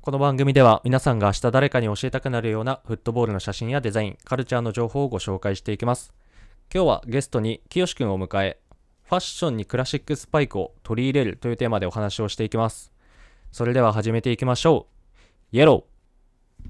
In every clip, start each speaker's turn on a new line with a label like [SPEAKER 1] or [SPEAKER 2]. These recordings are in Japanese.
[SPEAKER 1] この番組では皆さんが明日誰かに教えたくなるようなフットボールの写真やデザイン、カルチャーの情報をご紹介していきます。今日はゲストに清くんを迎え、ファッションにクラシックスパイクを取り入れるというテーマでお話をしていきます。それでは始めていきましょう。イエロー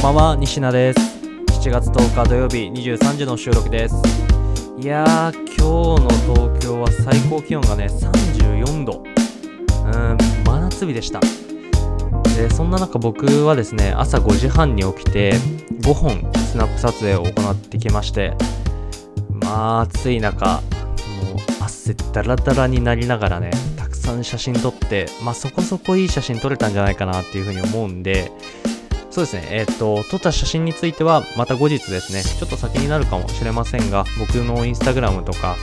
[SPEAKER 1] こんばんは、西名です。7月10日土曜日23時の収録です。いやー、今日の東京は最高気温がね、34度。うーん、真夏日でした。で、そんな中僕はですね、朝5時半に起きて、5本スナップ撮影を行ってきまして、まあ、暑い中、もう汗だらだらになりながらね、たくさん写真撮って、まあそこそこいい写真撮れたんじゃないかなっていうふうに思うんで、そうですね、えっ、と、撮った写真については、また後日ですね、ちょっと先になるかもしれませんが、僕のインスタグラムとか、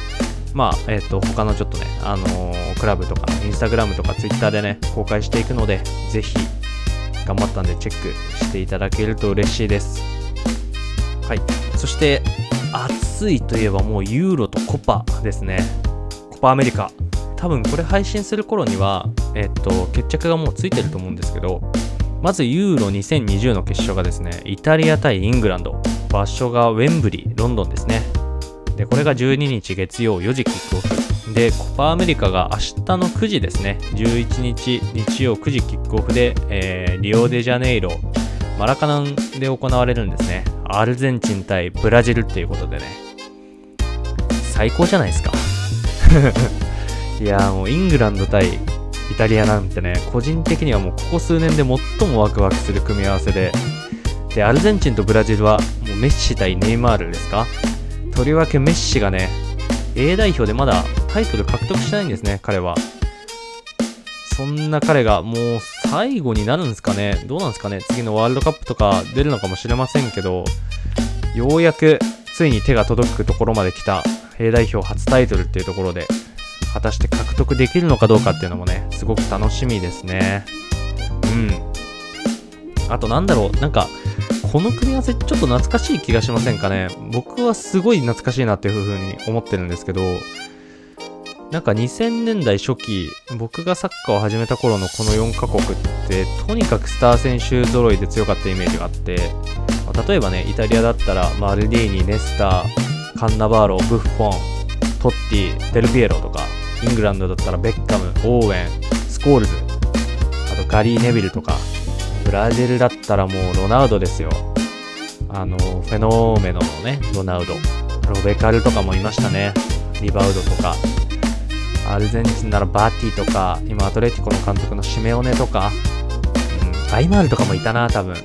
[SPEAKER 1] まあ、えっ、と、他のちょっとね、あのークラブとか、インスタグラムとか、ツイッターでね、公開していくので、ぜひ、頑張ったんで、チェックしていただけると嬉しいです。はい。そして、暑いといえばもう、ユーロとコパですね。コパアメリカ。多分これ配信する頃には、えっ、と、決着がもうついてると思うんですけど、まずユーロ2020の決勝がですね、イタリア対イングランド。場所がウェンブリー、ロンドンですね。で、これが12日月曜4時キックオフ。で、コパアメリカが明日の9時ですね、11日日曜9時キックオフで、えーリオデジャネイロ、マラカナンで行われるんですね。アルゼンチン対ブラジルっていうことでね。最高じゃないですか。 いやーもうイングランド対イタリアなんてね個人的にはもうここ数年で最もワクワクする組み合わせででアルゼンチンとブラジルはもうメッシ対ネイマールですかとりわけメッシがね A 代表でまだタイトル獲得してないんですね彼はそんな彼がもう最後になるんですかねどうなんですかね次のワールドカップとか出るのかもしれませんけどようやくついに手が届くところまで来た A 代表初タイトルっていうところで果たして獲得できるのかどうかっていうのもねすごく楽しみですねうんあとなんだろうなんかこの組み合わせちょっと懐かしい気がしませんかね僕はすごい懐かしいなっていうふうに思ってるんですけどなんか2000年代初期僕がサッカーを始めた頃のこの4カ国ってとにかくスター選手揃いで強かったイメージがあってまあ例えばねイタリアだったらマルディーニネスターカンナバーロブッフォントッティ、デルピエロとか、イングランドだったらベッカム、オーウェン、スコールズ、あとガリー・ネビルとか、ブラジルだったらもうロナウドですよ。あの、フェノーメノのね、ロナウド。ロベカルとかもいましたね。リバウドとか。アルゼンチンならバッティとか、今アトレティコの監督のシメオネとか、うん、アイマールとかもいたな、多分。日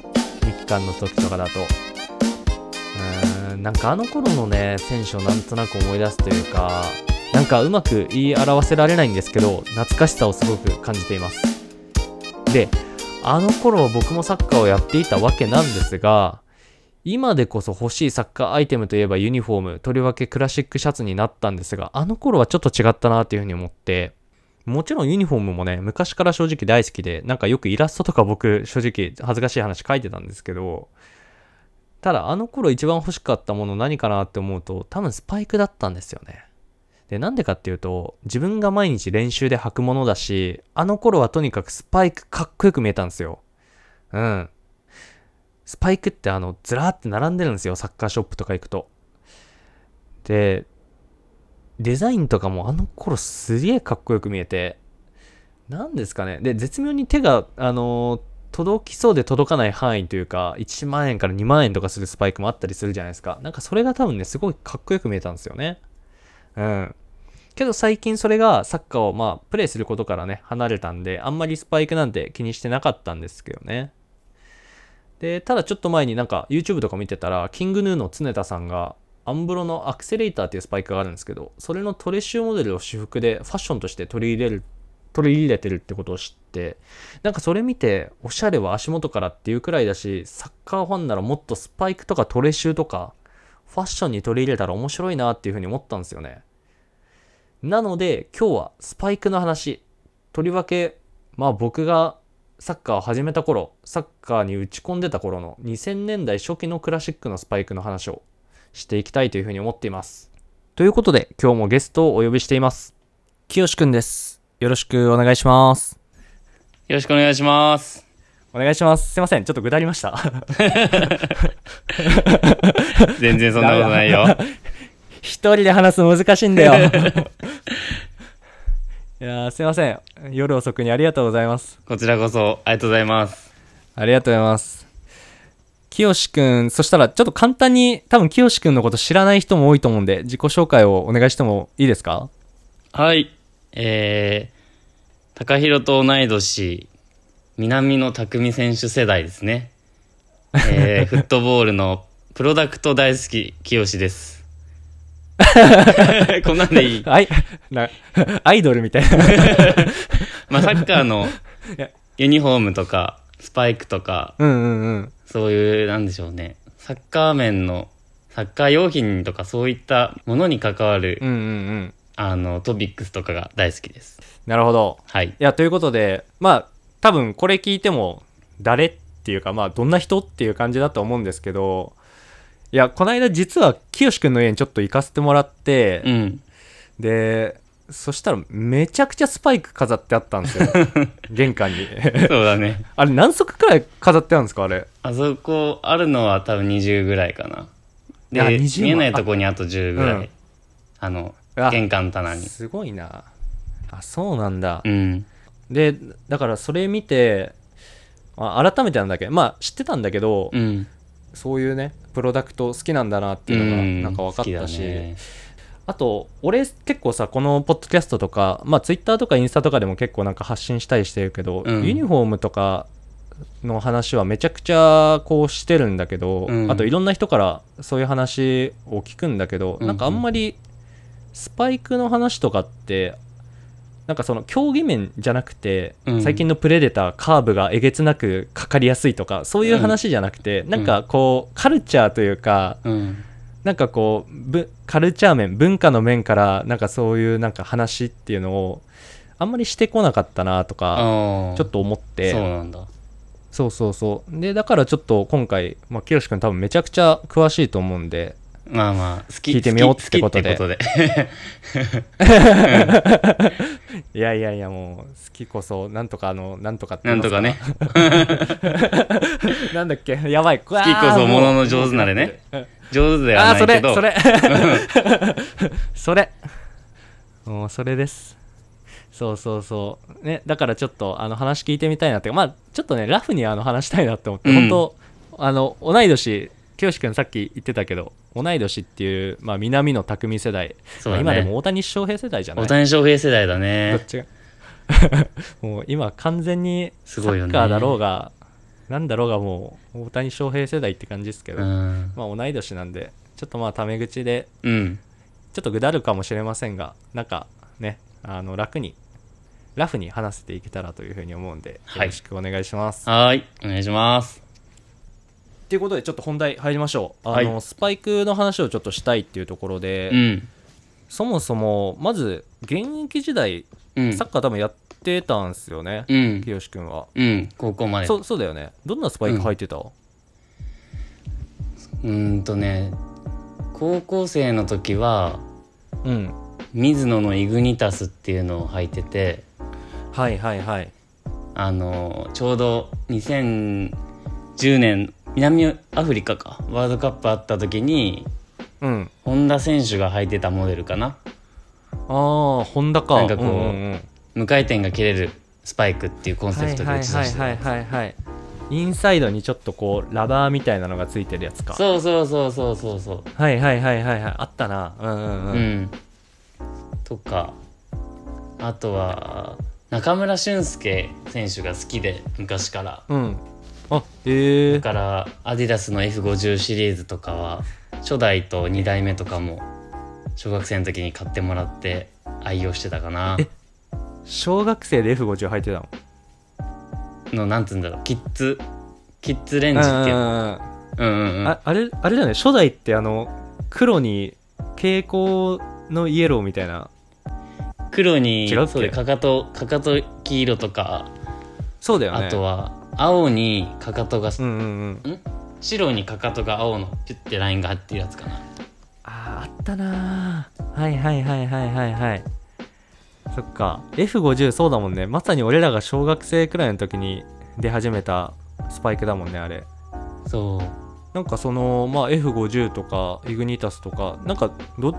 [SPEAKER 1] 韓の時とかだと。うーんなんかあの頃のね選手をなんとなく思い出すというかなんかうまく言い表せられないんですけど懐かしさをすごく感じていますであの頃僕もサッカーをやっていたわけなんですが今でこそ欲しいサッカーアイテムといえばユニフォームとりわけクラシックシャツになったんですがあの頃はちょっと違ったなっていうふうに思ってもちろんユニフォームもね昔から正直大好きでなんかよくイラストとか僕正直恥ずかしい話書いてたんですけどただあの頃一番欲しかったもの何かなって思うと多分スパイクだったんですよね。でなんでかっていうと自分が毎日練習で履くものだしあの頃はとにかくスパイクかっこよく見えたんですよ。うん。スパイクってあのずらーって並んでるんですよサッカーショップとか行くと。でデザインとかもあの頃すげえかっこよく見えてなんですかねで絶妙に手があのー届きそうで届かない範囲というか1万円から2万円とかするスパイクもあったりするじゃないですかなんかそれが多分ねすごいかっこよく見えたんですよねうんけど最近それがサッカーをまあプレイすることからね離れたんであんまりスパイクなんて気にしてなかったんですけどねでただちょっと前になんか YouTube とか見てたらキングヌーの常田さんがアンブロのアクセレーターっていうスパイクがあるんですけどそれのトレッシュモデルを私服でファッションとして取り入れる取り入れてるってことを知ってなんかそれ見ておしゃれは足元からっていうくらいだしサッカーファンならもっとスパイクとかトレシューとかファッションに取り入れたら面白いなっていうふうに思ったんですよねなので今日はスパイクの話とりわけまあ僕がサッカーを始めた頃サッカーに打ち込んでた頃の2000年代初期のクラシックのスパイクの話をしていきたいというふうに思っていますということで今日もゲストをお呼びしています清くんですよろしくお願いします
[SPEAKER 2] よろしくお願いします。
[SPEAKER 1] お願いしますすいませんちょっとぐだりました
[SPEAKER 2] 全然そんなことないよ。
[SPEAKER 1] 一人で話すの難しいんだよ いやーすいません夜遅くにありがとうございます
[SPEAKER 2] こちらこそ、ありがとうございます。
[SPEAKER 1] ありがとうございます。きよしくん、そしたらちょっと簡単に、多分きよしくんのこと知らない人も多いと思うんで、自己紹介をお願いしてもいいですか
[SPEAKER 2] はい。えー、高弘と同い年、南野拓実選手世代ですね。え ー、フットボールのプロダクト大好き、清です。 こんなんでいい。
[SPEAKER 1] はい。な、アイドルみたいな。
[SPEAKER 2] まあ、サッカーのユニフォームとか、スパイクとか、
[SPEAKER 1] うんうんうん。
[SPEAKER 2] そういう、なんでしょうね。サッカー面の、サッカー用品とかそういったものに関わる
[SPEAKER 1] うんうんうん。
[SPEAKER 2] あの、トピックスとかが大好きです。
[SPEAKER 1] なるほど。
[SPEAKER 2] はい。
[SPEAKER 1] いや、ということで、まあ、多分これ聞いても、誰っていうか、まあ、どんな人っていう感じだと思うんですけど、いや、この間実はきよしくんの家にちょっと行かせてもらって、
[SPEAKER 2] うん。
[SPEAKER 1] でそしたらめちゃくちゃスパイク飾ってあったんです よ玄関に
[SPEAKER 2] そうだね。
[SPEAKER 1] あれ何足くらい飾ってあるんですかあれ
[SPEAKER 2] あそこあるのは多分20ぐらいかな。で、
[SPEAKER 1] あ20
[SPEAKER 2] 見えないとこにあと10ぐらい。
[SPEAKER 1] あ
[SPEAKER 2] あ,、
[SPEAKER 1] うん
[SPEAKER 2] の
[SPEAKER 1] あ、
[SPEAKER 2] 玄関棚に。
[SPEAKER 1] すごいなあそうなんだ
[SPEAKER 2] う、ん。
[SPEAKER 1] でだからそれ見て、まあ、改めてなんだけどまあ知ってたんだけど、
[SPEAKER 2] うん。
[SPEAKER 1] そういうねプロダクト好きなんだなっていうのがなんか分かったし、
[SPEAKER 2] 好きだね
[SPEAKER 1] あと俺結構さこのポッドキャストとか、まあ、ツイッターとかインスタとかでも結構なんか発信したりしてるけど、
[SPEAKER 2] うん
[SPEAKER 1] ユニフォームとかの話はめちゃくちゃこうしてるんだけど、
[SPEAKER 2] うん
[SPEAKER 1] あといろんな人からそういう話を聞くんだけど、
[SPEAKER 2] うんうん
[SPEAKER 1] なんかあんまりスパイクの話とかってなんかその競技面じゃなくて、
[SPEAKER 2] うん
[SPEAKER 1] 最近のプレデターカーブがえげつなくかかりやすいとかそういう話じゃなくて、なんかこうカルチャーというか、
[SPEAKER 2] うん。
[SPEAKER 1] なんかこうぶカルチャー面文化の面からなんかそういうなんか話っていうのをあんまりしてこなかったなとか
[SPEAKER 2] あ
[SPEAKER 1] ちょっと思って
[SPEAKER 2] そうなんだ。
[SPEAKER 1] そうそうそうでだからちょっと今回まあきよし君多分めちゃくちゃ詳しいと思うんで
[SPEAKER 2] まあまあ、好き
[SPEAKER 1] 聞いてみよう
[SPEAKER 2] 好き
[SPEAKER 1] ってことで
[SPEAKER 2] 好きってことで。
[SPEAKER 1] いやいやいやもう好きこそなんとかあのなんとかって
[SPEAKER 2] な
[SPEAKER 1] 言い
[SPEAKER 2] ん
[SPEAKER 1] ま
[SPEAKER 2] と
[SPEAKER 1] す
[SPEAKER 2] かね。
[SPEAKER 1] なんだっけやばい好
[SPEAKER 2] 好きこそものの上手なれね。上手で
[SPEAKER 1] あ
[SPEAKER 2] は
[SPEAKER 1] あー
[SPEAKER 2] な
[SPEAKER 1] それ
[SPEAKER 2] いけど。
[SPEAKER 1] それ それもうそれですそうそうそうねだからちょっとあの話聞いてみたいなってまあちょっとねラフにあの話したいなって思って、
[SPEAKER 2] うん
[SPEAKER 1] 本当あの同い年清志君さっき言ってたけど同い年っていう、まあ、南野拓実世代、
[SPEAKER 2] そう
[SPEAKER 1] まあ
[SPEAKER 2] だね
[SPEAKER 1] 今でも大谷翔平世代じゃない
[SPEAKER 2] 大谷翔平世代だ
[SPEAKER 1] ど
[SPEAKER 2] ね
[SPEAKER 1] っ。ちが もう今完全にサ
[SPEAKER 2] すごいよ
[SPEAKER 1] ッ
[SPEAKER 2] ね
[SPEAKER 1] カーだろうが、なんだろうがもう大谷翔平世代って感じですけど、
[SPEAKER 2] うん。
[SPEAKER 1] まあ同い年なんでちょっとまあタメ口で
[SPEAKER 2] うん。
[SPEAKER 1] ちょっとぐだるかもしれませんがなんかねあの楽にラフに話せていけたらというふうに思うんで
[SPEAKER 2] はい
[SPEAKER 1] よろしくお願いします。と、
[SPEAKER 2] はーい。お願いします。
[SPEAKER 1] い、うことでちょっと本題入りましょうあの、
[SPEAKER 2] はい
[SPEAKER 1] スパイクの話をちょっとしたいっていうところで、
[SPEAKER 2] うん。
[SPEAKER 1] そもそもまず現役時代
[SPEAKER 2] うん
[SPEAKER 1] サ。ッカー多分やってたんですよね、
[SPEAKER 2] うん。
[SPEAKER 1] 清君は。
[SPEAKER 2] うん。高校まで。
[SPEAKER 1] そうそうだよねどんなスパイク入ってた、
[SPEAKER 2] うーんとね高校生の時は
[SPEAKER 1] うん、
[SPEAKER 2] 水野のイグニタスっていうのを履いてて
[SPEAKER 1] はいはいはい
[SPEAKER 2] あのちょうど2010年南アフリカかワールドカップあった時に
[SPEAKER 1] うん
[SPEAKER 2] 本田選手が履いてたモデルかな
[SPEAKER 1] ああ本田か
[SPEAKER 2] なんかこうん
[SPEAKER 1] んん
[SPEAKER 2] 無回転が切れるスパイクっていうコンセプトで打ち出して
[SPEAKER 1] はいはいはいはいはいはいインサイドにちょっとこうラバーみたいなのがついてるやつか
[SPEAKER 2] そうそうそうそうそうそ
[SPEAKER 1] はいはいはいはいはいあったなうんうんう
[SPEAKER 2] う、
[SPEAKER 1] ん、
[SPEAKER 2] うん、とかあとは中村俊輔選手が好きで昔から
[SPEAKER 1] うん、あへえ
[SPEAKER 2] だからアディダスの F50 シリーズとかは初代と2代目とかも小学生の時に買ってもらって愛用してたかな
[SPEAKER 1] え小学生で F50 履いてたの
[SPEAKER 2] のなんつうんだろうキッズキッズレ
[SPEAKER 1] う
[SPEAKER 2] ン
[SPEAKER 1] ん
[SPEAKER 2] ジ
[SPEAKER 1] う
[SPEAKER 2] っていうの
[SPEAKER 1] んうん
[SPEAKER 2] うんうんうん
[SPEAKER 1] ああれあれだよね初代ってあの黒に蛍光のイエローみたいな
[SPEAKER 2] 黒に
[SPEAKER 1] 違うっけ
[SPEAKER 2] そうでかかとかかと黄色とか、
[SPEAKER 1] そうだよね
[SPEAKER 2] あとは青にかかとが、
[SPEAKER 1] うんうんうん
[SPEAKER 2] 白にかかとが青のピュッてラインが入ってるやつかな
[SPEAKER 1] あーあったなーはいはいはいはいはいはいそっか F50 そうだもんねまさに俺らが小学生くらいの時に出始めたスパイクだもんねあれ
[SPEAKER 2] そ
[SPEAKER 1] なんかその、まあ、F50 とかイグニタスとかなんかど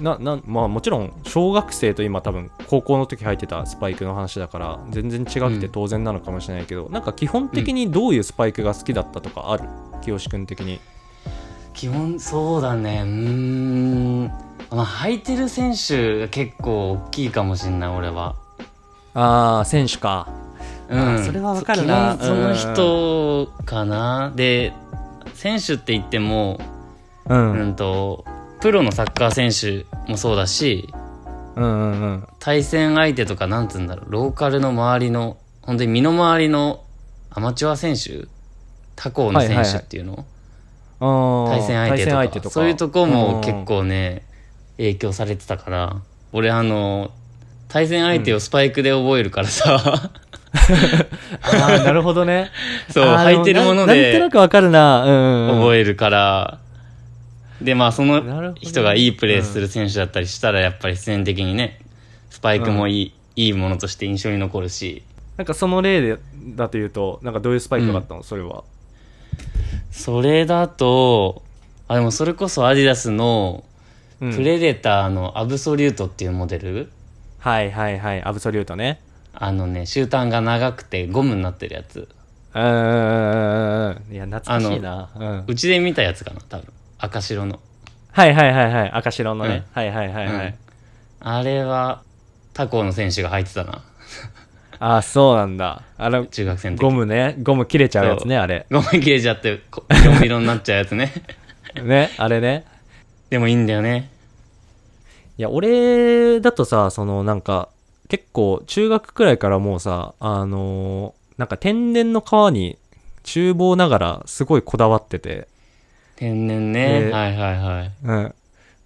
[SPEAKER 1] ななまあもちろん小学生と今多分高校の時入ってたスパイクの話だから全然違くて当然なのかもしれないけど、なんか基本的にどういうスパイクが好きだったとかある、清志君的に
[SPEAKER 2] う基本そうだねうーんまあ履いてる選手が結構大きいかもしんない俺は
[SPEAKER 1] ああ選手か
[SPEAKER 2] う
[SPEAKER 1] あ
[SPEAKER 2] ん
[SPEAKER 1] ーそれはわかるな
[SPEAKER 2] 基本その人かなで選手って言っても
[SPEAKER 1] うん、う、
[SPEAKER 2] うんんとプロのサッカー選手もそうだし
[SPEAKER 1] うんうんうん
[SPEAKER 2] 対戦相手とかなんつうんだろうローカルの周りの本当に身の回りのアマチュア選手他校の選手っていうの、
[SPEAKER 1] 対
[SPEAKER 2] 対戦相手とかそういうとこも結構ね、影響されてたから俺あの対戦相手をスパイクで覚えるからさ、
[SPEAKER 1] ああなるほどね
[SPEAKER 2] そう
[SPEAKER 1] あー
[SPEAKER 2] 履いてるもの
[SPEAKER 1] ななんと
[SPEAKER 2] で
[SPEAKER 1] なくわかるなうん、うん、
[SPEAKER 2] 覚えるから、でまあそ
[SPEAKER 1] なるほ
[SPEAKER 2] の
[SPEAKER 1] ど
[SPEAKER 2] 人がいいプレーする選手だったりしたらやっぱり必然的にねスパイクもいい,、いいものとして印象に残るし
[SPEAKER 1] なんかその例でだというとなんかどういうスパイクがあったの、それは
[SPEAKER 2] それだとあでもそれこそアディダスの
[SPEAKER 1] うん
[SPEAKER 2] プレデターのアブソリュートっていうモデル、
[SPEAKER 1] はいはいはいアブソリュートね
[SPEAKER 2] あのねシューターが長くてゴムになってるやつ
[SPEAKER 1] うんうんうんうんいや懐かしいな、うん、
[SPEAKER 2] うちで見たやつかな多分赤白の、
[SPEAKER 1] はいはいはいはい赤白のね、はいはいはいはい、
[SPEAKER 2] うんあれは他校の選手が入って たな
[SPEAKER 1] ああそうなんだあの
[SPEAKER 2] 中学生の時
[SPEAKER 1] ゴムねゴム切れちゃうやつねあれ
[SPEAKER 2] ゴム切れちゃってこ色色になっちゃう やつね
[SPEAKER 1] ねあれね
[SPEAKER 2] でもいいんだよね
[SPEAKER 1] いや、俺だとさ、そのなんか、結構中学くらいからもうさ、あのーなんか天然の皮に厨房ながらすごいこだわってて、
[SPEAKER 2] 天然ね、
[SPEAKER 1] ね
[SPEAKER 2] はいはいはい
[SPEAKER 1] うん。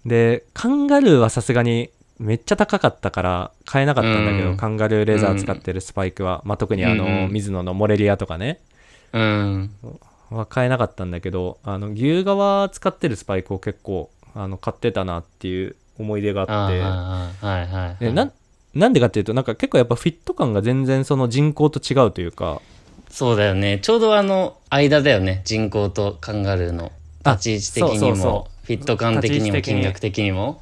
[SPEAKER 1] で、カンガルーはさすがにめっちゃ高かったから買えなかったんだけど、
[SPEAKER 2] うん
[SPEAKER 1] カンガルーレザー使ってるスパイクは、まあ、特にあの、
[SPEAKER 2] うんうん
[SPEAKER 1] 水野のモレリアとかね、
[SPEAKER 2] うん
[SPEAKER 1] は買えなかったんだけど、あの、牛革使ってるスパイクを結構、あの、買ってたなっていう思い出があ
[SPEAKER 2] あ
[SPEAKER 1] っ
[SPEAKER 2] あ
[SPEAKER 1] て、
[SPEAKER 2] はいはいはいはい
[SPEAKER 1] でなんなんでかっていうとなんか結構やっぱフィット感が全然その人工と違うというか
[SPEAKER 2] そうだよねちょうどあの間だよね人工とカンガルーの
[SPEAKER 1] あ
[SPEAKER 2] 立ち位置的に
[SPEAKER 1] そうそうそ
[SPEAKER 2] もフィット感的にも
[SPEAKER 1] 立ち位置的に
[SPEAKER 2] 金額的にも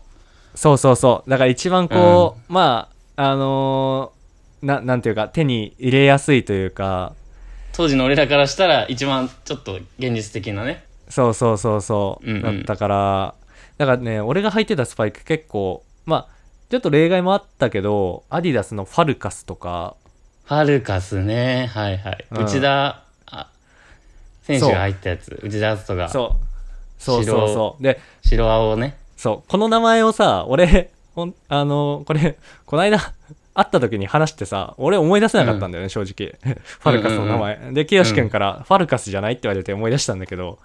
[SPEAKER 1] そうそうそうだから一番こう、まああのーななんていうか手に入れやすいというか
[SPEAKER 2] 当時の俺らからしたら一番ちょっと現実的なね
[SPEAKER 1] そうそうそうそう、
[SPEAKER 2] うんうん
[SPEAKER 1] だったからだからね俺が履いてたスパイク結構まあちょっと例外もあったけどアディダスのファルカスとか
[SPEAKER 2] ファルカスね。はいはい。
[SPEAKER 1] うん
[SPEAKER 2] 内田あ選手が入ったやつ。内田篤人が
[SPEAKER 1] そうそうそうそうで
[SPEAKER 2] 白青をね。
[SPEAKER 1] そう、この名前をさ、俺、ほん、あの、これ、こないだ、会った時に話してさ、俺思い出せなかったんだよね、正直。 ファルカスの名前。で、清志くんから、ファルカスじゃないって言われて思い出したんだけど。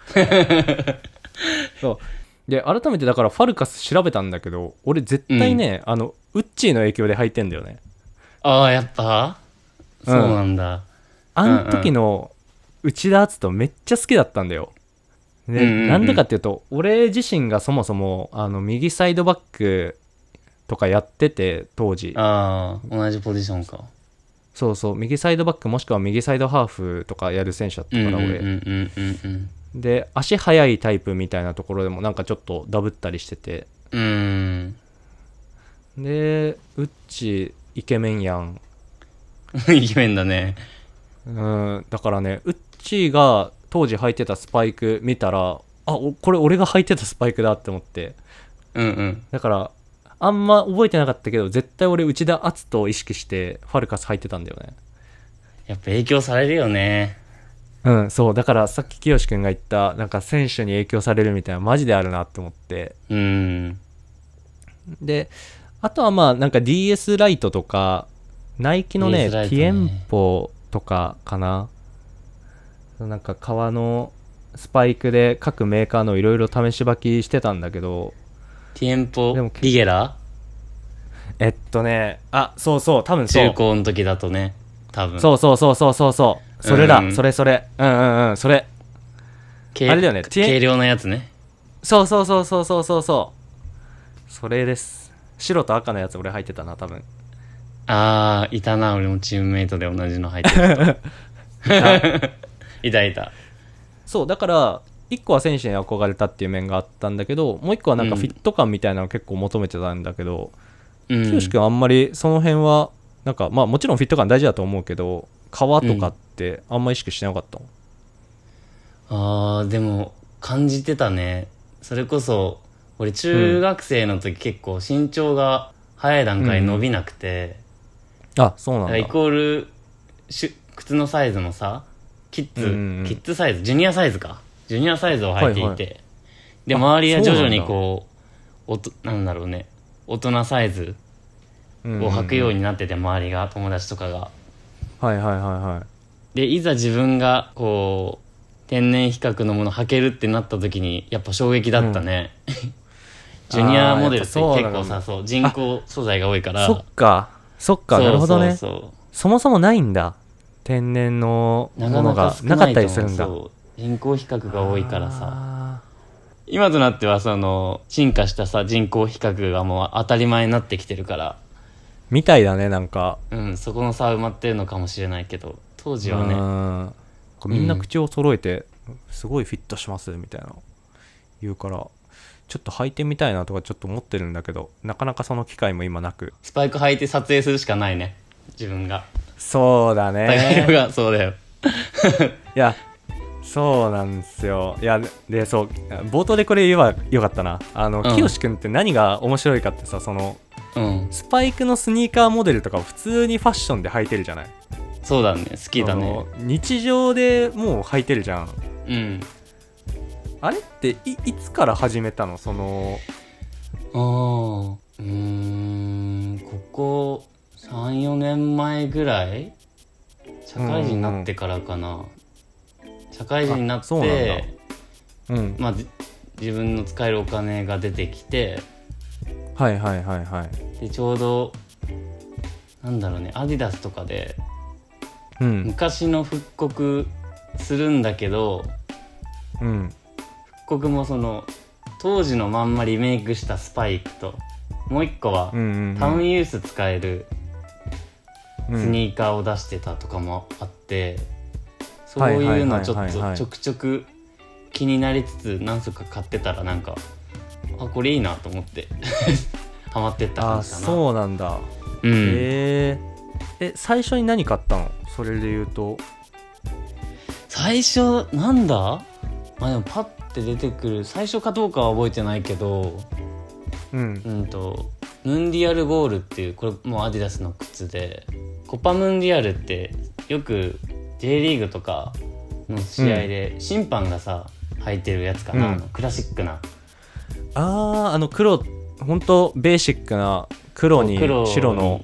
[SPEAKER 1] そう。で、改めてだから、ファルカス調べたんだけど、俺絶対ね、あの、ウッチーの影響で履いてんだよね。
[SPEAKER 2] ああ、やっぱそうなんだ。
[SPEAKER 1] あの時の内田篤人めっちゃ好きだったんだよ。で、
[SPEAKER 2] うんうんうん
[SPEAKER 1] なんでかっていうと、俺自身がそもそも、あの、右サイドバックとかやってて、当時。
[SPEAKER 2] ああ、同じポジションか。
[SPEAKER 1] そうそう右サイドバックもしくは右サイドハーフとかやる選手だった
[SPEAKER 2] うん
[SPEAKER 1] から
[SPEAKER 2] うんうんう
[SPEAKER 1] 俺、
[SPEAKER 2] んうん
[SPEAKER 1] で足速いタイプみたいなところでもなんかちょっとダブったりしてて
[SPEAKER 2] うん。うん。
[SPEAKER 1] でウッチイケメンやん、
[SPEAKER 2] イケメンだね。
[SPEAKER 1] うん、だからねウッチが当時履いてたスパイク見たらあおこれ俺が履いてたスパイクだって思って
[SPEAKER 2] うんうん。
[SPEAKER 1] だからあんま覚えてなかったけど絶対俺内田篤人を意識してファルカス履いてたんだよね
[SPEAKER 2] やっぱ影響されるよね。
[SPEAKER 1] うん、そう。だからさっき清くんが言った、なんか選手に影響されるみたいな、マジであるなって思って。
[SPEAKER 2] うん。
[SPEAKER 1] で、あとはまあ、なんか DS ライトとか、ナイキのね、
[SPEAKER 2] DS ライト
[SPEAKER 1] テ
[SPEAKER 2] ね
[SPEAKER 1] ィエンポとかかな。なんか革のスパイクで各メーカーのいろいろ試し履きしてたんだけど、
[SPEAKER 2] ティエンポ
[SPEAKER 1] でも、
[SPEAKER 2] リゲラ
[SPEAKER 1] えっとね、あ、そうそう、多分そ
[SPEAKER 2] 中
[SPEAKER 1] う。
[SPEAKER 2] 高の時だとね、多分。
[SPEAKER 1] そうそうそうそうそうそう。それ
[SPEAKER 2] う
[SPEAKER 1] だ、
[SPEAKER 2] ん
[SPEAKER 1] それそれ。うんうんうん、それ。
[SPEAKER 2] 軽
[SPEAKER 1] あれだよね
[SPEAKER 2] 軽量なやつね。
[SPEAKER 1] そうそうそうそうそうそうそう。それです。白と赤のやつ俺入ってたな、多 分。
[SPEAKER 2] あー、いたな、俺もチームメイトで同じの入って る人。いたいた。
[SPEAKER 1] そう、だから、一個は選手に憧れたっていう面があったんだけど、もう一個はなんか
[SPEAKER 2] うん
[SPEAKER 1] フィット感みたいなの結構求めてたんだけど、
[SPEAKER 2] う
[SPEAKER 1] きよ
[SPEAKER 2] ん
[SPEAKER 1] し。君あんまりその辺は、なんかまあもちろんフィット感大事だと思うけど、革とかってあんま意識してなかったの、
[SPEAKER 2] あー、でも、感じてたね。それこそ、俺中学生の時結構身長が早い段階で伸びなくて、
[SPEAKER 1] あ、そうなん
[SPEAKER 2] だか
[SPEAKER 1] だ。
[SPEAKER 2] らイコールしゅ靴のサイズもさキッズ、
[SPEAKER 1] うんうんうん
[SPEAKER 2] キッズサイズジュニアサイズかジュニアサイズを履いていて、
[SPEAKER 1] はいは
[SPEAKER 2] で
[SPEAKER 1] あ
[SPEAKER 2] 周りは徐々に
[SPEAKER 1] そう
[SPEAKER 2] こうおとなんだろうね大人サイズ
[SPEAKER 1] うんうん
[SPEAKER 2] を履くようになってて、周りが友達とかが
[SPEAKER 1] はいはいはいはい。
[SPEAKER 2] でいざ自分がこう天然比較のもの履けるってなった時にやっぱ衝撃だったね、 ジュニアモデルって結
[SPEAKER 1] あーやっぱそうなんだ
[SPEAKER 2] 構さそう人工素材が多いから
[SPEAKER 1] そっか、そっか、
[SPEAKER 2] そう
[SPEAKER 1] なるほどね。
[SPEAKER 2] そうそう
[SPEAKER 1] そもそもないんだ。天然の
[SPEAKER 2] な
[SPEAKER 1] も
[SPEAKER 2] か
[SPEAKER 1] の
[SPEAKER 2] なか
[SPEAKER 1] が
[SPEAKER 2] 少
[SPEAKER 1] なか
[SPEAKER 2] な
[SPEAKER 1] っ
[SPEAKER 2] い
[SPEAKER 1] たり
[SPEAKER 2] と思
[SPEAKER 1] す
[SPEAKER 2] う
[SPEAKER 1] るんだ。
[SPEAKER 2] そう人工比較が多いからさ
[SPEAKER 1] あ
[SPEAKER 2] 今となってはその進化したさ人工比較がもう当たり前になってきてるから、
[SPEAKER 1] ー。みたいだね、なんか。
[SPEAKER 2] うん、そこの差は埋まってるのかもしれないけど当時は
[SPEAKER 1] う
[SPEAKER 2] ね
[SPEAKER 1] んこうみんな口を揃えて、すごいフィットしますみたいな言うからちょっと履いてみたいなとかちょっと思ってるんだけどなかなかその機会も今なく
[SPEAKER 2] スパイク履いて撮影するしかないね自分が
[SPEAKER 1] そうだ
[SPEAKER 2] 高弘
[SPEAKER 1] ね
[SPEAKER 2] がそうだよ
[SPEAKER 1] いやそうなんですよいやでそう冒頭でこれ言えばよかったなあの、
[SPEAKER 2] うん
[SPEAKER 1] きよし君って何が面白いかってさその
[SPEAKER 2] うん
[SPEAKER 1] スパイクのスニーカーモデルとかを普通にファッションで履いてるじゃない
[SPEAKER 2] そうだね好きだ
[SPEAKER 1] あ
[SPEAKER 2] ね
[SPEAKER 1] の日常でもう履いてるじゃん
[SPEAKER 2] うん
[SPEAKER 1] あれっていいつから始めたのその
[SPEAKER 2] ああうーんここ34年前ぐらい社会人になってからかな、社会人にな
[SPEAKER 1] あ
[SPEAKER 2] っ
[SPEAKER 1] そうなんだ
[SPEAKER 2] て
[SPEAKER 1] うん
[SPEAKER 2] まあじ自分の使えるお金が出てきて
[SPEAKER 1] はいはいはいはい。
[SPEAKER 2] でちょうどなんだろうねアディダスとかで
[SPEAKER 1] うん。
[SPEAKER 2] 昔の復刻するんだけど
[SPEAKER 1] うん。
[SPEAKER 2] 復刻もその当時のまんまリメイクしたスパイクともう一個は
[SPEAKER 1] うんうん。
[SPEAKER 2] タウンユース使える
[SPEAKER 1] うん
[SPEAKER 2] スニーカーを出してたとかもあって、そう
[SPEAKER 1] はいはいいうはい
[SPEAKER 2] の
[SPEAKER 1] はい
[SPEAKER 2] ちょっとちょくちょく気になりつつ何足か買ってたらなんかあこれいいなと思って ハマってった
[SPEAKER 1] あ
[SPEAKER 2] 感
[SPEAKER 1] ー、
[SPEAKER 2] じかな。
[SPEAKER 1] そうなんだ。
[SPEAKER 2] うん
[SPEAKER 1] へえ。え、最初に何買ったのそれで言うと。
[SPEAKER 2] 最初なんだまあでもパッて出てくる最初かどうかは覚えてないけど
[SPEAKER 1] うん
[SPEAKER 2] う。んとムンディアルゴールっていうこれもうアディダスの靴でコパムンディアルってよく J リーグとかの試合で審判がさ履いてるやつかな、
[SPEAKER 1] うん
[SPEAKER 2] あのクラシックな
[SPEAKER 1] あー、あの黒、ほんとベーシックな黒に
[SPEAKER 2] 黒
[SPEAKER 1] 白の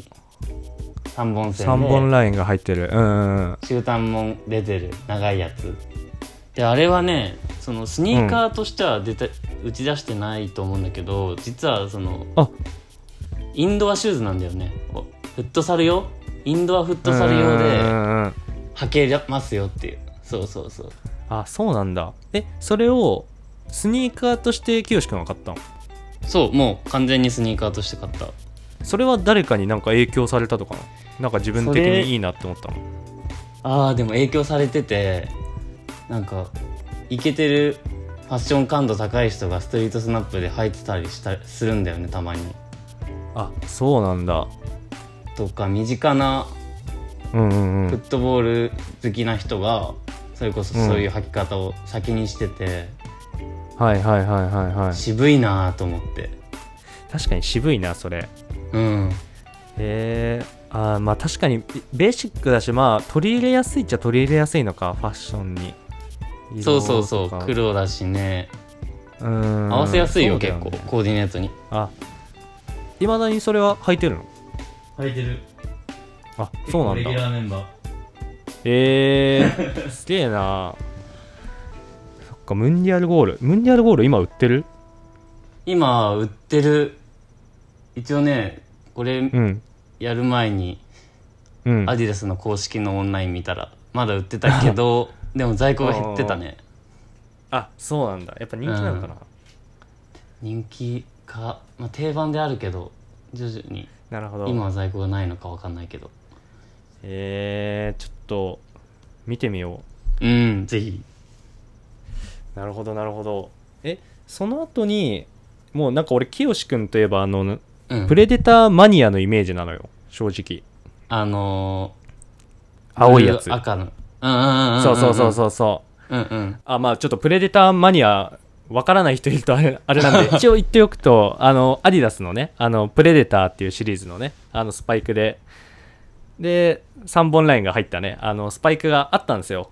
[SPEAKER 2] 3本線で
[SPEAKER 1] 3本ラインが入ってる。うんうんうん。
[SPEAKER 2] 中短も出てる長いやつであれはねそのスニーカーとしては出て、打ち出してないと思うんだけど実はその
[SPEAKER 1] あ
[SPEAKER 2] インドアシューズなんだよねおフットサル用インドアフットサル
[SPEAKER 1] うん
[SPEAKER 2] 用
[SPEAKER 1] うん
[SPEAKER 2] で
[SPEAKER 1] うんうん。
[SPEAKER 2] 履けますよっていうそうそうそう
[SPEAKER 1] あ、そうなんだ。え、それをスニーカーとしてきよし君は買ったの
[SPEAKER 2] そうもう完全にスニーカーとして買った
[SPEAKER 1] それは誰かになんか影響されたとかななんか自分的
[SPEAKER 2] それ
[SPEAKER 1] にいいなって思ったの
[SPEAKER 2] あーでも影響されててなんかイケてるファッション感度高い人がストリートスナップで履いてたりしたするんだよねたまに
[SPEAKER 1] あ、そうなんだ。
[SPEAKER 2] とか身近な
[SPEAKER 1] うんうんうん
[SPEAKER 2] フッ。トボール好きな人がそれこそそういう履き方を先にしてて、
[SPEAKER 1] はいはいはいはいはい
[SPEAKER 2] 渋いなと思って
[SPEAKER 1] 確かに渋いなそれへ
[SPEAKER 2] うん
[SPEAKER 1] えあーまあ確かにベベーシックだしまあ取り入れやすいっちゃ取り入れやすいのかファッションに
[SPEAKER 2] そうそうそう
[SPEAKER 1] 色とか
[SPEAKER 2] 黒だしね
[SPEAKER 1] うん
[SPEAKER 2] 合わせやすい
[SPEAKER 1] そ
[SPEAKER 2] よ
[SPEAKER 1] うだ
[SPEAKER 2] 結
[SPEAKER 1] ね
[SPEAKER 2] 構コーディネートに
[SPEAKER 1] あいまだにそれは履いてるの
[SPEAKER 2] 履いてる
[SPEAKER 1] あそうなんだ
[SPEAKER 2] ーメンバー
[SPEAKER 1] へ えすげえなそっかムンディアルゴールムンディアルゴール今売ってる
[SPEAKER 2] 今売ってる一応ねここれ
[SPEAKER 1] うん。
[SPEAKER 2] やる前に
[SPEAKER 1] うん。
[SPEAKER 2] アディダスの公式のオンライン見たらまだ売ってた けどでも在庫が減ってたね
[SPEAKER 1] あ、そうなんだ。やっぱ人気なのかな。
[SPEAKER 2] 人気か、まあ、定番であるけど徐々に
[SPEAKER 1] なるほど。
[SPEAKER 2] 今は在庫がないのか分かんないけど
[SPEAKER 1] えー、ちょっと、見てみよ
[SPEAKER 2] うんぜひ
[SPEAKER 1] う。なるほど、なるほど。え、その後に、もうなんか俺、清志くんといえば、あの、
[SPEAKER 2] うん
[SPEAKER 1] プレデターマニアのイメージなのよ、正直。
[SPEAKER 2] あのー
[SPEAKER 1] 青いやつ。
[SPEAKER 2] 赤のうんうんうん
[SPEAKER 1] そうそうそうそうそう。
[SPEAKER 2] うんうん
[SPEAKER 1] あ、まあちょっとプレデターマニア、わからない人いるとあれあれ なんで、一応言っておくと、あの、アディダスのね、あの、プレデターっていうシリーズのね、あの、スパイクで、で、3本ラインが入ったね、あの、スパイクがあったんですよ。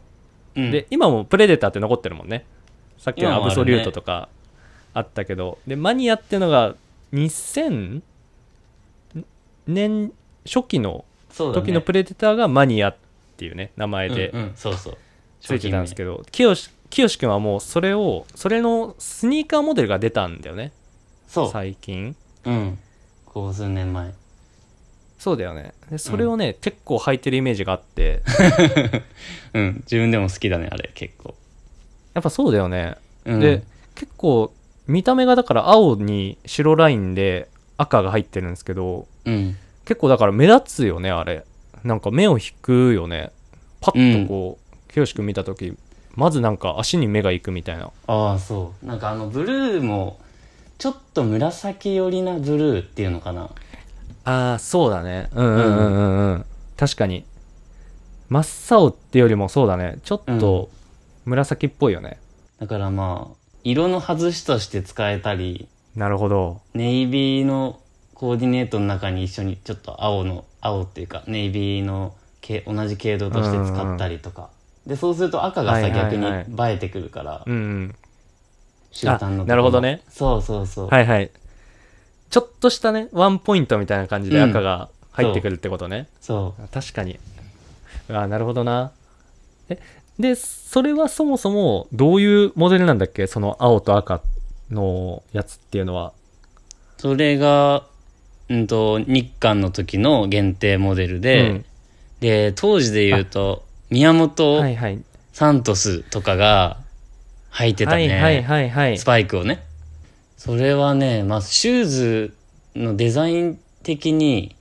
[SPEAKER 2] うん
[SPEAKER 1] で今もプレデターって残ってるもんねさっきの
[SPEAKER 2] 今
[SPEAKER 1] ア
[SPEAKER 2] もあるね
[SPEAKER 1] ブソリュートとかあったけど、でマニアっていうのが2000年初期の
[SPEAKER 2] そうだね
[SPEAKER 1] 時のプレデターがマニアっていうね名前で
[SPEAKER 2] うんうんそうそう
[SPEAKER 1] ついてたんですけ
[SPEAKER 2] ど
[SPEAKER 1] ど清志清志くんはもうそれをそれのスニーカーモデルが出たんだよね
[SPEAKER 2] そ
[SPEAKER 1] 最近
[SPEAKER 2] ううんこう数年前
[SPEAKER 1] そうだよねでそれをね、結構履いてるイメージがあ って
[SPEAKER 2] うん自分でも好きだねあれ結構
[SPEAKER 1] やっぱそうだよね
[SPEAKER 2] うん
[SPEAKER 1] で結構見た目がだから青に白ラインで赤が入ってるんですけど
[SPEAKER 2] うん
[SPEAKER 1] 結構だから目立つよねあれなんか目を引くよねパッとこう、清志くん見た時まずなんか足に目が行くみたいな
[SPEAKER 2] ああそうなんかあのブルーもちょっと紫寄りなブルーっていうのかな
[SPEAKER 1] ああそうだねうんうんうんうんうん、確かに真っ青ってよりもそうだねちょっと紫っぽいよね、
[SPEAKER 2] だからまあ色の外しとして使えたり
[SPEAKER 1] なるほど
[SPEAKER 2] ネイビーのコーディネートの中に一緒にちょっと青の青っていうかネイビーの系同じ系統として使ったりとか、でそうすると赤がさ、
[SPEAKER 1] はいはいはい
[SPEAKER 2] 逆に映えてくるから
[SPEAKER 1] うん、うん、
[SPEAKER 2] 集団のとこも
[SPEAKER 1] なるほどね
[SPEAKER 2] そうそうそう、
[SPEAKER 1] はいはいちょっとしたねワンポイントみたいな感じで
[SPEAKER 2] うん
[SPEAKER 1] 赤が入ってくるってことね、
[SPEAKER 2] そう
[SPEAKER 1] あ確かにあーなるほどなえでそれはそもそもどういうモデルなんだっけその青と赤のやつっていうのは
[SPEAKER 2] それが、うん、と日韓の時の限定モデルで、
[SPEAKER 1] うん
[SPEAKER 2] で当時で言うと宮本
[SPEAKER 1] はいはい
[SPEAKER 2] サントスとかが履いてた
[SPEAKER 1] は
[SPEAKER 2] ね、
[SPEAKER 1] いはいはいはい
[SPEAKER 2] スパイクをねそれはね、まあ、シューズのデザイン的に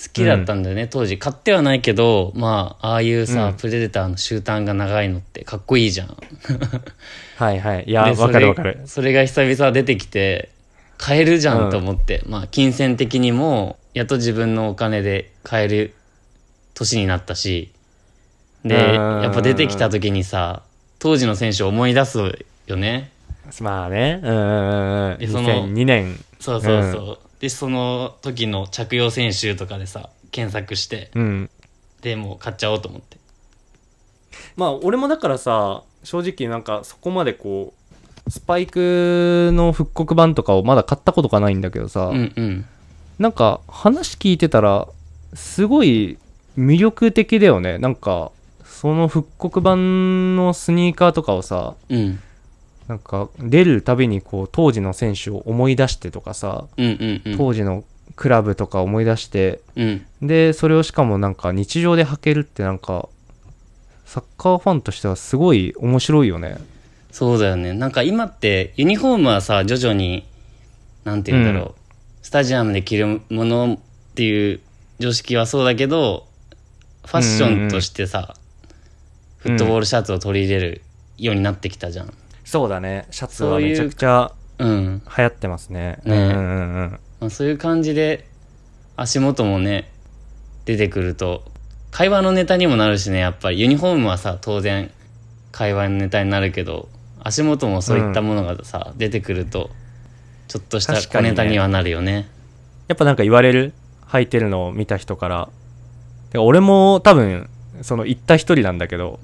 [SPEAKER 2] 好きだったんだよね、当時買ってはないけどまあああいうさ、
[SPEAKER 1] うん
[SPEAKER 2] プレデターの終端が長いのってかっこいいじゃん
[SPEAKER 1] はいはいいや
[SPEAKER 2] でそ
[SPEAKER 1] わ
[SPEAKER 2] れ
[SPEAKER 1] かるわかる
[SPEAKER 2] それが久々出てきて買えるじゃんと思って、まあ金銭的にもやっと自分のお金で買える年になったしで
[SPEAKER 1] うん
[SPEAKER 2] やっぱ出てきた時にさ当時の選手を思い出すよね
[SPEAKER 1] まあねうんうんうんうん
[SPEAKER 2] でその
[SPEAKER 1] 2002年
[SPEAKER 2] そうそうそう、でその時の着用選手とかでさ検索して
[SPEAKER 1] うん
[SPEAKER 2] でもう買っちゃおうと思って
[SPEAKER 1] まあ俺もだからさ正直なんかそこまでこうスパイクの復刻版とかをまだ買ったことがないんだけどさ、
[SPEAKER 2] うんうん
[SPEAKER 1] なんか話聞いてたらすごい魅力的だよねなんかその復刻版のスニーカーとかをさ
[SPEAKER 2] うん
[SPEAKER 1] なんか出るたびにこう当時の選手を思い出してとかさ
[SPEAKER 2] うんうんうん
[SPEAKER 1] 当時のクラブとか思い出して
[SPEAKER 2] うん
[SPEAKER 1] でそれをしかもなんか日常で履けるってなんかサッカーファンとしてはすごい面白いよね
[SPEAKER 2] そうだよねなんか今ってユニフォームはさ徐々になんて言うんだろう、
[SPEAKER 1] うん
[SPEAKER 2] スタジアムで着るものっていう常識はそうだけどファッションとしてさ、
[SPEAKER 1] うんうん
[SPEAKER 2] フットボールシャツを取り入れるようになってきたじゃん
[SPEAKER 1] そうだねシャツ
[SPEAKER 2] そ
[SPEAKER 1] は
[SPEAKER 2] ういう
[SPEAKER 1] めちゃくちゃ
[SPEAKER 2] うん、
[SPEAKER 1] 流行ってますねう
[SPEAKER 2] ね
[SPEAKER 1] んうんうん
[SPEAKER 2] まあ、そういう感じで足元もね出てくると会話のネタにもなるしねやっぱりユニフォームはさ当然会話のネタになるけど足元もそういったものがさ、出てくるとちょっとした
[SPEAKER 1] 確
[SPEAKER 2] 小
[SPEAKER 1] かにね
[SPEAKER 2] ネタにはなるよね
[SPEAKER 1] やっぱなんか言われる履いてるのを見た人から。てか俺も多分、その行った一人なんだけど、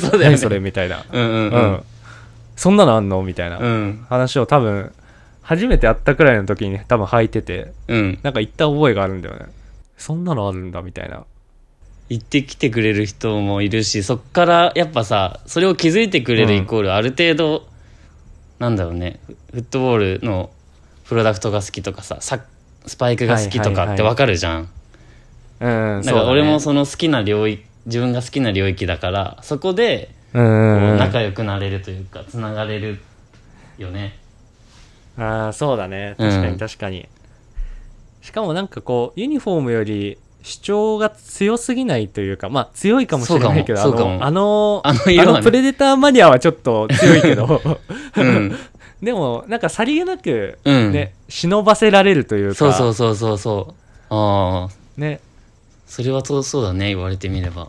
[SPEAKER 2] そうだよね
[SPEAKER 1] 何 それみたいな。
[SPEAKER 2] うんうん
[SPEAKER 1] う
[SPEAKER 2] うんん。
[SPEAKER 1] そんなのあんのみたいな
[SPEAKER 2] うん
[SPEAKER 1] 話を多分、初めて会ったくらいの時に多分履いてて、
[SPEAKER 2] うん
[SPEAKER 1] なんか行った覚えがあるんだよね。そんなのあるんだみたいな。
[SPEAKER 2] 行ってきてくれる人もいるしそっからやっぱさそれを気づいてくれる
[SPEAKER 1] うん
[SPEAKER 2] イコールある程度、なんだろうねフフットボールのプロダクトが好きとかさサッスパイクが好きと
[SPEAKER 1] はいはいは
[SPEAKER 2] か
[SPEAKER 1] い
[SPEAKER 2] ってわかるじゃん、
[SPEAKER 1] うん、
[SPEAKER 2] だから俺も
[SPEAKER 1] そ
[SPEAKER 2] その好きな領域自分が好きな領域だからそこで
[SPEAKER 1] うだね
[SPEAKER 2] こう
[SPEAKER 1] うんうんうん
[SPEAKER 2] 仲良くなれるというかつながれるよね
[SPEAKER 1] ああそうだね
[SPEAKER 2] うん
[SPEAKER 1] 確かに確かに、しかもなんかこうユニフォームより主張が強すぎないというかまあ強いかもしれないけどあ
[SPEAKER 2] そうかもそう
[SPEAKER 1] の
[SPEAKER 2] かも
[SPEAKER 1] あの
[SPEAKER 2] あの色はね
[SPEAKER 1] あのプレデターマニアはちょっと強いけ ど
[SPEAKER 2] うん、
[SPEAKER 1] でもなんかさりげなく
[SPEAKER 2] うん、
[SPEAKER 1] ね、忍ばせられるというか
[SPEAKER 2] そうそうそうそうそうああ
[SPEAKER 1] ね
[SPEAKER 2] それはそうそうだね言われてみれば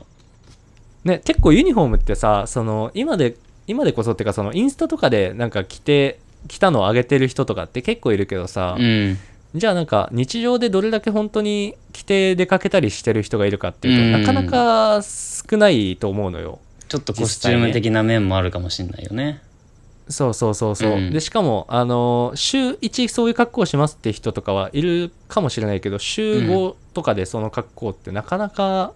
[SPEAKER 1] ね結構ユニフォームってさその今で今でこそっていうかそのインスタとかでなんか着て着たのを上げてる人とかって結構いるけどさ、
[SPEAKER 2] うん
[SPEAKER 1] じゃあなんか日常でどれだけ本当に着て出かけたりしてる人がいるかっていうと、
[SPEAKER 2] うん
[SPEAKER 1] なかなか少ないと思うのよ
[SPEAKER 2] ちょっとコスチューム的な面もあるかもしれないよね
[SPEAKER 1] そうそうそうそう、
[SPEAKER 2] うん
[SPEAKER 1] でしかもあの週1そういう格好をしますって人とかはいるかもしれないけど週5とかでその格好ってなかなか